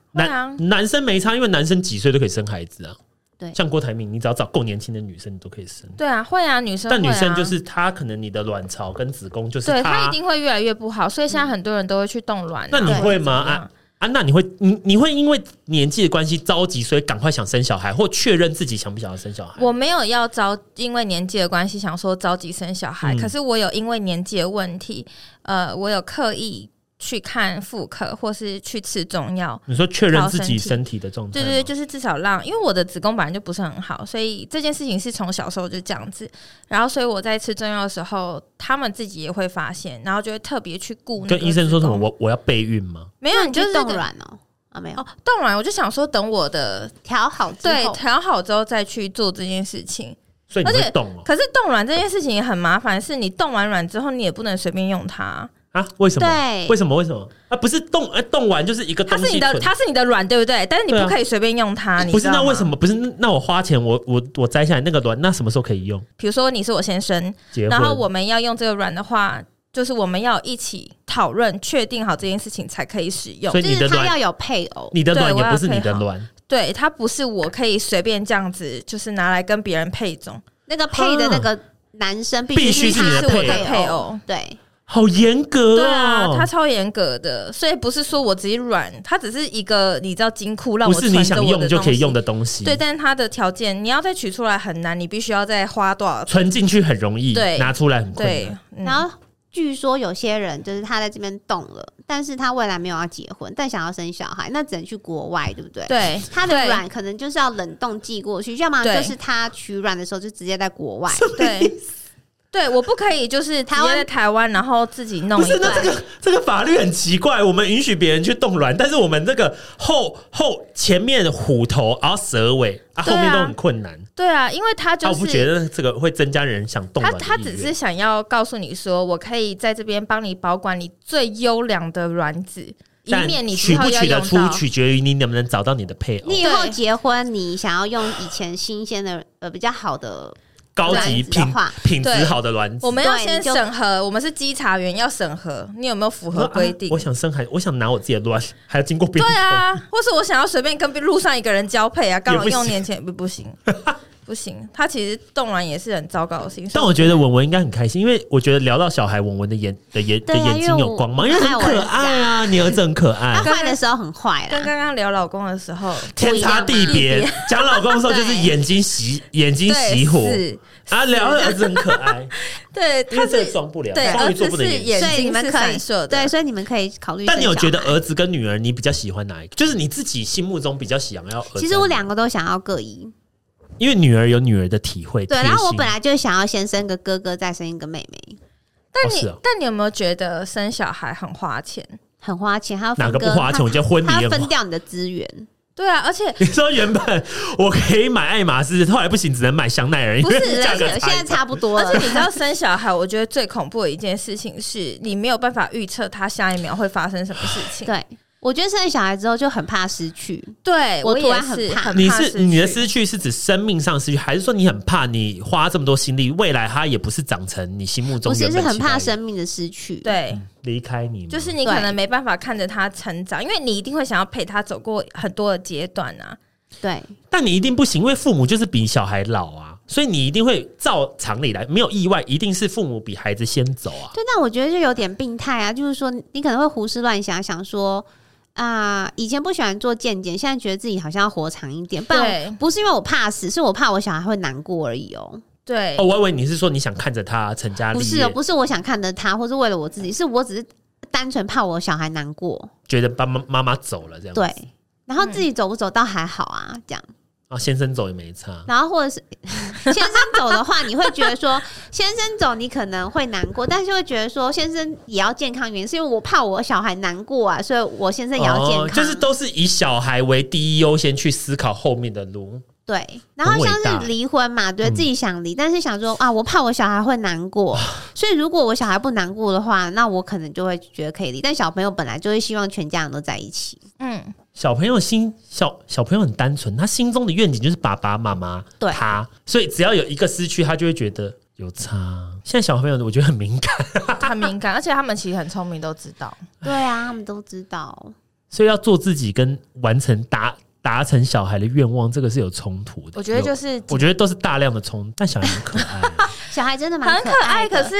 Speaker 1: 男。男生没差，因为男生几岁都可以生孩子啊。
Speaker 3: 对
Speaker 1: 像郭台铭，你只要找够年轻的女生，你都可以生。
Speaker 2: 对啊，会啊，女生、会
Speaker 1: 但女生
Speaker 2: 啊
Speaker 1: 就是她，可能你的卵巢跟子宫就是
Speaker 2: 对她
Speaker 1: 她
Speaker 2: 一定会越来越不好，所以现在很多人都会去冻卵啊、
Speaker 1: 那你
Speaker 2: 或者
Speaker 1: 会吗
Speaker 2: 怎么样？
Speaker 1: 啊，那你会你你会因为年纪的关系着急，所以赶快想生小孩，或确认自己想不想要生小孩？
Speaker 2: 我没有要着，因为年纪的关系想说着急生小孩，
Speaker 1: 嗯
Speaker 2: 可是我有因为年纪的问题，呃，我有刻意去看妇科或是去吃中药，
Speaker 1: 你说确认自己身体的状态
Speaker 2: 对
Speaker 1: 吗，
Speaker 2: 对对，就是至少让，因为我的子宫本来就不是很好，所以这件事情是从小时候就这样子。然后，所以我在吃中药的时候，他们自己也会发现，然后就会特别去顾那个
Speaker 1: 跟医生说什么
Speaker 2: 子宫
Speaker 1: 我我要备孕吗？
Speaker 2: 没有，你就是
Speaker 3: 冻卵哦，啊没有
Speaker 2: 哦，冻卵。我就想说，等我的
Speaker 3: 调好之
Speaker 2: 对
Speaker 3: 后，
Speaker 2: 调好之后再去做这件事情。
Speaker 1: 所以你
Speaker 2: 而且
Speaker 1: 会动哦
Speaker 2: 可是冻卵这件事情也很麻烦，是你冻完卵之后，你也不能随便用它，
Speaker 1: 啊？为什么？
Speaker 3: 对
Speaker 1: 为什么？为什么？啊，不是动，哎、动完就是一个
Speaker 2: 它
Speaker 1: 东
Speaker 2: 是
Speaker 1: 西
Speaker 2: 你的，
Speaker 1: 存
Speaker 2: 它是你的卵，对不对？但是你
Speaker 1: 对
Speaker 2: 不
Speaker 1: 啊
Speaker 2: 可以随便用它，你
Speaker 1: 不是那为什
Speaker 2: 么？
Speaker 1: 么不是？那我花钱，我我我摘下来那个卵，那什么时候可以用？
Speaker 2: 比如说你是我先生，
Speaker 1: 结婚？
Speaker 2: 然后我们要用这个软的话，就是我们要一起讨论、确定好这件事情才可以使用
Speaker 1: 所。以
Speaker 3: 就
Speaker 1: 你的
Speaker 3: 是他
Speaker 1: 卵，
Speaker 3: 要有配偶，
Speaker 1: 你的卵
Speaker 2: 对我
Speaker 1: 也
Speaker 2: 要
Speaker 1: 不是你
Speaker 2: 配
Speaker 1: 的
Speaker 2: 好
Speaker 1: 卵，
Speaker 2: 对，它不是我可以随便这样子，就是拿来跟别人配种，
Speaker 3: 那个配的那个男生必
Speaker 1: 啊必须
Speaker 3: 是
Speaker 1: 是你
Speaker 3: 他
Speaker 1: 的
Speaker 2: 是我的
Speaker 1: 配哦
Speaker 2: 配。偶。
Speaker 3: 对，
Speaker 1: 好严格
Speaker 2: 对啊，
Speaker 1: 哦。
Speaker 2: 它超严格的，所以不是说我直接软，它只是一个你知道金库让
Speaker 1: 不
Speaker 2: 我
Speaker 1: 是你
Speaker 2: 存着
Speaker 1: 想
Speaker 2: 我
Speaker 1: 用
Speaker 2: 的
Speaker 1: 就可以用
Speaker 2: 的
Speaker 1: 的东西，
Speaker 2: 东西。对，但是它的条件你要再取出来很难，你必须要再花多少？
Speaker 1: 存进去很容易，
Speaker 2: 对
Speaker 1: 拿出来很困
Speaker 2: 对
Speaker 1: 难。，
Speaker 2: 嗯
Speaker 3: 然后据说有些人就是他在这边动了，但是他未来没有要结婚，但想要生小孩，那只能去国外，对不对？。
Speaker 2: 对
Speaker 3: 他的
Speaker 2: 对
Speaker 3: 卵可能就是要冷冻寄过去，要么
Speaker 2: 对
Speaker 3: 就是他取卵的时候就直接在国外。
Speaker 2: 对，对，我不可以就是直接
Speaker 3: 台湾
Speaker 2: 在台湾，然后自己弄
Speaker 1: 不
Speaker 2: 一
Speaker 1: 是，
Speaker 2: 个
Speaker 1: 那这个这个法律很奇怪，我们允许别人去冻卵，但是我们这个后后前面虎头，然后蛇尾，啊，后
Speaker 2: 对啊
Speaker 1: 面都很困难。
Speaker 2: 对啊，因为他
Speaker 1: 啊，
Speaker 2: 就
Speaker 1: 我不觉
Speaker 2: 是。
Speaker 1: 得这个会增加人想冻
Speaker 2: 他
Speaker 1: 卵的意愿。
Speaker 2: 他只是想要告诉你说，我可以在这边帮你保管你最优良的卵子，以
Speaker 1: 但
Speaker 2: 免你之
Speaker 1: 取
Speaker 2: 后
Speaker 1: 不
Speaker 2: 要
Speaker 1: 取得
Speaker 2: 用
Speaker 1: 出，
Speaker 2: 到。
Speaker 1: 取决于你能不能找到你的配偶
Speaker 3: 你，以后
Speaker 2: 对
Speaker 3: 结婚，你想要用以前新鲜的呃比较好的
Speaker 1: 高级
Speaker 3: 卵子的
Speaker 1: 品
Speaker 3: 话，
Speaker 1: 品质
Speaker 2: 对
Speaker 1: 好的卵子。
Speaker 2: 我们要
Speaker 3: 对
Speaker 2: 先
Speaker 3: 你就
Speaker 2: 审核，我们是稽查员，要审核你有没有符
Speaker 1: 我说
Speaker 2: 合规
Speaker 1: 啊
Speaker 2: 定。
Speaker 1: 我想生孩，我想拿我自己的卵，还要经过别
Speaker 2: 对
Speaker 1: 人。
Speaker 2: 啊，或是我想要随便跟路上一个人交配啊，刚
Speaker 1: 也
Speaker 2: 好
Speaker 1: 不行
Speaker 2: 用年前不不行。 不行，他其实冻卵也是很糟糕的事情。
Speaker 1: 但我觉得文文应该很开心，因为我觉得聊到小孩，文文的眼的眼、的
Speaker 3: 对啊
Speaker 1: 眼睛有光芒，因
Speaker 3: 因
Speaker 1: 为
Speaker 3: 为我
Speaker 1: 很可爱啊，你儿子很可爱
Speaker 3: 他，坏的时候很坏
Speaker 2: 跟
Speaker 3: 啦，
Speaker 2: 刚刚聊老公的时 候，
Speaker 1: 天差地别。讲老公的时候就是
Speaker 3: 对
Speaker 1: 眼睛熄，眼睛
Speaker 2: 对，
Speaker 1: 熄火
Speaker 2: 是，
Speaker 1: 啊，聊到儿子很可 爱，
Speaker 2: 对，
Speaker 1: 因为
Speaker 2: 他
Speaker 1: 这
Speaker 2: 是
Speaker 1: 个装不了，
Speaker 2: 对
Speaker 1: 双鱼座
Speaker 2: 儿子
Speaker 1: 不能
Speaker 2: 是
Speaker 1: 演
Speaker 2: 眼
Speaker 3: 所以你
Speaker 2: 睛
Speaker 3: 们
Speaker 2: 是
Speaker 3: 可以
Speaker 2: 闪烁的
Speaker 3: 对，所以你们可以考虑。
Speaker 1: 但你有觉得
Speaker 3: 呃？
Speaker 1: 儿子跟女儿，你比较喜欢哪一个？就是你自己心目中比较想要儿子。
Speaker 3: 其实我，两个都想要各一，
Speaker 1: 因为女儿有女儿的体会，
Speaker 3: 对。
Speaker 1: 贴心
Speaker 3: 然后我本来就想要先生个哥哥，再生一个妹妹，
Speaker 1: 哦
Speaker 2: 但你、
Speaker 1: 是哦
Speaker 2: 但你有没有觉得生小孩很花钱？
Speaker 3: 很花钱，还要分
Speaker 1: 哪个不
Speaker 3: 割
Speaker 1: 花钱？我觉得婚礼
Speaker 3: 他
Speaker 1: 也
Speaker 3: 要
Speaker 1: 很
Speaker 3: 分
Speaker 1: 花。
Speaker 3: 掉你的 资源，
Speaker 2: 对啊，而且
Speaker 1: 你说原本我可以买爱马仕，后来不行，只能买香奈儿，因
Speaker 3: 不
Speaker 1: 为
Speaker 3: 是？
Speaker 1: 价
Speaker 3: 而
Speaker 1: 格
Speaker 3: 且现在
Speaker 1: 差
Speaker 3: 差不多
Speaker 2: 而且
Speaker 3: 了
Speaker 2: 你。知道生小孩，我觉得最恐怖的一件事情是你没有办法预测他下一秒会发生什么事情。
Speaker 3: 对，我觉得生了小孩之后就很怕失去，
Speaker 2: 对，
Speaker 3: 我
Speaker 2: 我
Speaker 3: 突
Speaker 2: 也
Speaker 3: 然
Speaker 2: 是
Speaker 3: 很怕
Speaker 2: 很
Speaker 1: 你
Speaker 2: 怕
Speaker 1: 是
Speaker 2: 失
Speaker 1: 你的
Speaker 2: 去
Speaker 1: 失去是指生命上的失去，还是说你很怕你花这么多心力，未来他也不是长成你心目中
Speaker 3: 不是
Speaker 1: 原
Speaker 3: 是
Speaker 1: 本
Speaker 3: 很
Speaker 1: 期待
Speaker 3: 怕
Speaker 1: 的
Speaker 3: 生命的失去。，
Speaker 2: 对，
Speaker 1: 离开你吗，
Speaker 2: 就是你可能没办法看着他成长，因为你一定会想要陪他走过很多的阶段啊。
Speaker 3: 对，
Speaker 1: 但你一定不行，因为父母就是比小孩老啊，所以你一定会照常理来，没有意外，一定是父母比孩子先走啊。
Speaker 3: 对，但我觉得就有点病态啊，就是说你可能会胡思乱想，想说啊、以前不喜欢做健检，现在觉得自己好像要活长一点。不然
Speaker 2: 对
Speaker 3: 不是因为我怕死，是我怕我小孩会难过而已哦。
Speaker 2: 对
Speaker 1: 哦，，我以为你是说你想看着他成家立
Speaker 3: 不
Speaker 1: 业，
Speaker 3: 是哦，不是我想看着他，或是为了我自己，是我只是单纯怕我小孩难过。
Speaker 1: 觉得爸妈妈妈走了这样，，
Speaker 3: 对，然后自己走不走倒还好啊，这样。
Speaker 1: 啊，先生走也没差，
Speaker 3: 然后或者是 先生走的话，你会觉得说 先生走你可能会难过，但是会觉得说先生也要健康原因，是因为我怕我小孩难过啊，所以我先生也要健康。
Speaker 1: 哦，就是都是以小孩为第一优先去思考后面的路。
Speaker 3: 对，然后像
Speaker 1: 很伟大
Speaker 3: 是离婚嘛，对
Speaker 1: 嗯啊
Speaker 3: 自己想离，但是想说啊，我怕我小孩会难过，所以如果我小孩不难过的话，那我可能就会觉得可以离。但小朋友本来就会希望全家人都在一起，
Speaker 2: 嗯，
Speaker 1: 小朋友心小小朋友很单纯，他心中的愿景就是爸爸妈妈，
Speaker 3: 对
Speaker 1: 他，所以只要有一个失去，他就会觉得有差。现在小朋友我觉得很敏感，
Speaker 2: 很敏感，而且他们其实很聪明，都知道。
Speaker 3: 对啊，他们都知道。
Speaker 1: 所以要做自己跟完成达达成小孩的愿望，这个是有冲突的。
Speaker 2: 我觉得就
Speaker 1: 有
Speaker 2: 是
Speaker 1: 我觉得都是大量的冲，但小孩很可爱，
Speaker 3: 小孩真的蛮
Speaker 2: 很可爱，
Speaker 3: 爱的，
Speaker 2: 可是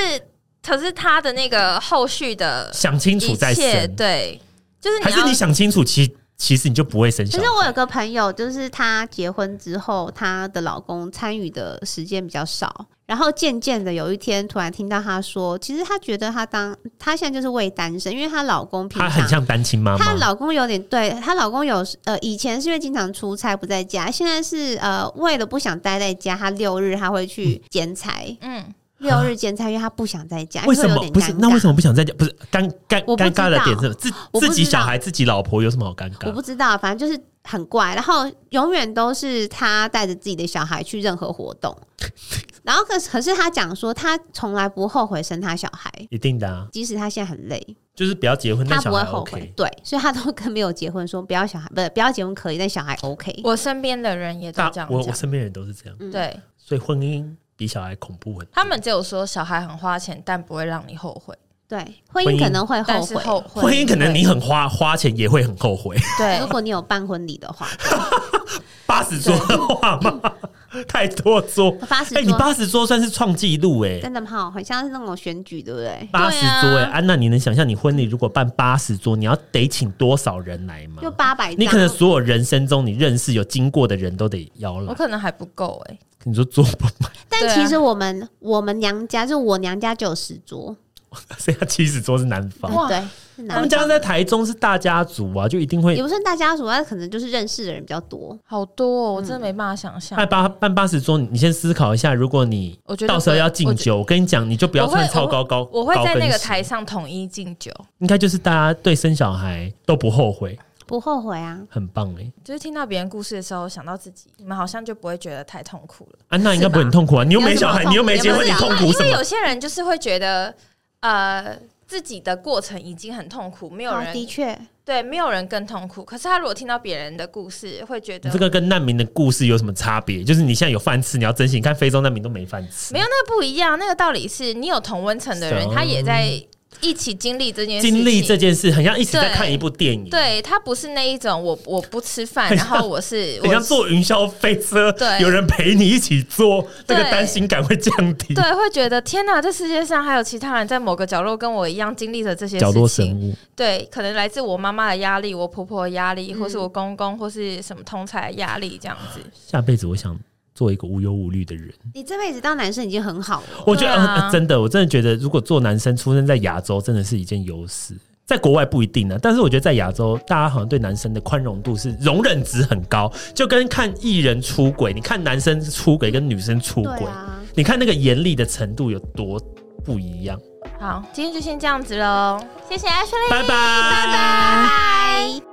Speaker 2: 可是他的那个后续 的
Speaker 1: 想清楚
Speaker 2: 一
Speaker 1: 再
Speaker 2: 切，
Speaker 1: 生，
Speaker 2: 对，就是
Speaker 1: 还
Speaker 2: 你
Speaker 1: 是
Speaker 2: 要
Speaker 1: 你想清楚，其其实你就不会生小
Speaker 3: 可
Speaker 1: 孩
Speaker 3: 是。我有个朋友，就是她结婚之后，她的老公参与的时间比较少，然后渐渐的有一天，突然听到她说，其实她觉得她当她现在就是为单身，因为她老公平
Speaker 1: 她很
Speaker 3: 常。
Speaker 1: 像单亲妈
Speaker 3: 她
Speaker 1: 妈，
Speaker 3: 老公有点对，她老公有呃，以前是因为经常出差不在家，现在是呃，为了不想待在家，她六日她会去剪裁，
Speaker 2: 嗯，
Speaker 3: 六日剪裁，因为她不想在家，
Speaker 1: 为什
Speaker 3: 因
Speaker 1: 么
Speaker 3: 有点
Speaker 1: 不是？
Speaker 3: 尴
Speaker 1: 那为什
Speaker 3: 么？
Speaker 1: 么不想再讲？不是尴尴
Speaker 3: 我不
Speaker 1: 尴尬的
Speaker 3: 知道
Speaker 1: 点是什么自
Speaker 3: 我不
Speaker 1: 自己
Speaker 3: 知道
Speaker 1: 小孩自己老婆有什么好尴尬
Speaker 3: 我？不知道，反正就是很怪，然后永远都是她带着自己的小孩去任何活 动，然后可是可是她讲说，她从来不后悔生她小孩。
Speaker 1: 一定的啊，
Speaker 3: 即使她现在很累，
Speaker 1: 就是不要结婚，
Speaker 3: 她
Speaker 1: 但
Speaker 3: 不
Speaker 1: 小
Speaker 3: 会
Speaker 1: 孩
Speaker 3: 后悔
Speaker 1: OK。
Speaker 3: 对，所以她都跟没有结婚说不要小孩，不是不要结婚可以，但小孩 OK。
Speaker 2: 我身边的人也都
Speaker 1: 大
Speaker 2: 这样
Speaker 1: 我我
Speaker 2: 讲，
Speaker 1: 身边人都是这样，
Speaker 3: 嗯
Speaker 2: 对
Speaker 1: 所以婚姻比小孩恐怖很多。
Speaker 2: 他们只有说小孩很花钱，但不会让你后悔，
Speaker 3: 对，婚
Speaker 1: 婚
Speaker 3: 姻
Speaker 1: 姻
Speaker 3: 可能会
Speaker 2: 但
Speaker 3: 后
Speaker 2: 是
Speaker 3: 悔，
Speaker 2: 后悔
Speaker 1: 婚姻可能你很花花钱也会很后悔，
Speaker 2: 对
Speaker 3: 如果你有办婚礼 的话，
Speaker 1: 八十桌的话嘛， 太多桌。
Speaker 3: 八十
Speaker 1: 哎、你
Speaker 3: 桌
Speaker 1: 八十桌算是创纪录哎，
Speaker 3: 真的很好，很像是那种选举，对不对？
Speaker 1: 八十桌哎、
Speaker 2: 对啊
Speaker 1: 安娜，你能想象你婚礼如果办八十桌，你要得请多少人来吗
Speaker 3: 就？八百，
Speaker 1: 嗯你可能所有人生中你认识有经过的人都得邀
Speaker 2: 我
Speaker 1: 来，
Speaker 2: 可能还不够哎、
Speaker 1: 你说桌不满，
Speaker 3: 但
Speaker 2: 对啊
Speaker 3: 其实我们我们娘家就我娘家就有十桌，
Speaker 1: 剩下七十桌是男方。
Speaker 2: 哇
Speaker 3: 对，是男
Speaker 1: 他们家在台中是大家族啊，就一定会
Speaker 3: 也不算大家族，但可能就是认识的人比较多。
Speaker 2: 好多、哦，我
Speaker 1: 嗯
Speaker 2: 真的没办法想象。
Speaker 1: 办八办八十桌。你先思考一下，如果你
Speaker 2: 我觉得
Speaker 1: 到时候
Speaker 2: 会
Speaker 1: 要敬
Speaker 2: 我觉
Speaker 1: 酒，我跟你讲，你就不要
Speaker 2: 我会
Speaker 1: 穿超高高
Speaker 2: 我会在
Speaker 1: 高
Speaker 2: 那个
Speaker 1: 跟鞋
Speaker 2: 台上统一敬酒，
Speaker 1: 应该就是大家对生小孩都不后悔，
Speaker 3: 不后悔啊，
Speaker 1: 很棒哎、
Speaker 2: 就是听到别人故事的时候，想到自己，你们好像就不会觉得太痛苦了。
Speaker 1: 安娜应该不会很痛苦啊，你又没小孩，
Speaker 3: 有什么
Speaker 1: 你又没结婚，
Speaker 3: 痛苦
Speaker 1: 你
Speaker 3: 的
Speaker 1: 痛
Speaker 2: 因
Speaker 1: 苦什
Speaker 2: 为有
Speaker 1: 么？
Speaker 2: 些人就是会觉得，呃，自己的过程已经很痛苦，没有
Speaker 3: 哦
Speaker 2: 人、
Speaker 3: 的确，
Speaker 2: 对，没有人更痛苦。可是他如果听到别人的故事，会觉
Speaker 1: 你
Speaker 2: 得
Speaker 1: 这个跟难民的故事有什么差别？就是你现在有饭吃，你要珍惜。你看非洲难民都没饭吃，
Speaker 2: 没有那个不一样。那个道理是你有同温层的人，
Speaker 1: 是啊
Speaker 2: 他也在一起经历这件事情
Speaker 1: 经历这件事，很像一起在看
Speaker 2: 对
Speaker 1: 一部电影，，
Speaker 2: 对他不是那一种我我不吃饭，
Speaker 1: 很
Speaker 2: 然
Speaker 1: 像
Speaker 2: 后我是
Speaker 1: 很
Speaker 2: 我
Speaker 1: 像坐云霄飞车，
Speaker 2: 对
Speaker 1: 有人陪你一起坐，那个
Speaker 2: 对
Speaker 1: 担心感会降低。
Speaker 2: 对会觉得天哪，这世界上还有其他人在某个角落跟我一样经历着这些
Speaker 1: 角落
Speaker 2: 事
Speaker 1: 生
Speaker 2: 情。
Speaker 1: 物，
Speaker 2: 对，可能来自我妈妈的压力，我婆婆的压力，
Speaker 3: 嗯
Speaker 2: 或是我公公，或是什么同才的压力这样子。
Speaker 1: 下辈子我想做一个无忧无虑的人。
Speaker 3: 你这辈子当男生已经很好了，
Speaker 1: 我觉得、
Speaker 2: 对啊
Speaker 1: 呃真的，我真的觉得，如果做男生出生在亚洲，真的是一件优势。在国外不一定呢，啊但是我觉得在亚洲，大家好像对男生的宽容度是容忍值很高，就跟看艺人出轨，你看男生出轨跟女生出
Speaker 3: 对
Speaker 1: 轨，
Speaker 3: 啊，
Speaker 1: 你看那个严厉的程度有多不一样。
Speaker 2: 好，今天就先这样子喽，谢谢 Ashley，
Speaker 1: 拜拜，拜拜。
Speaker 3: 拜。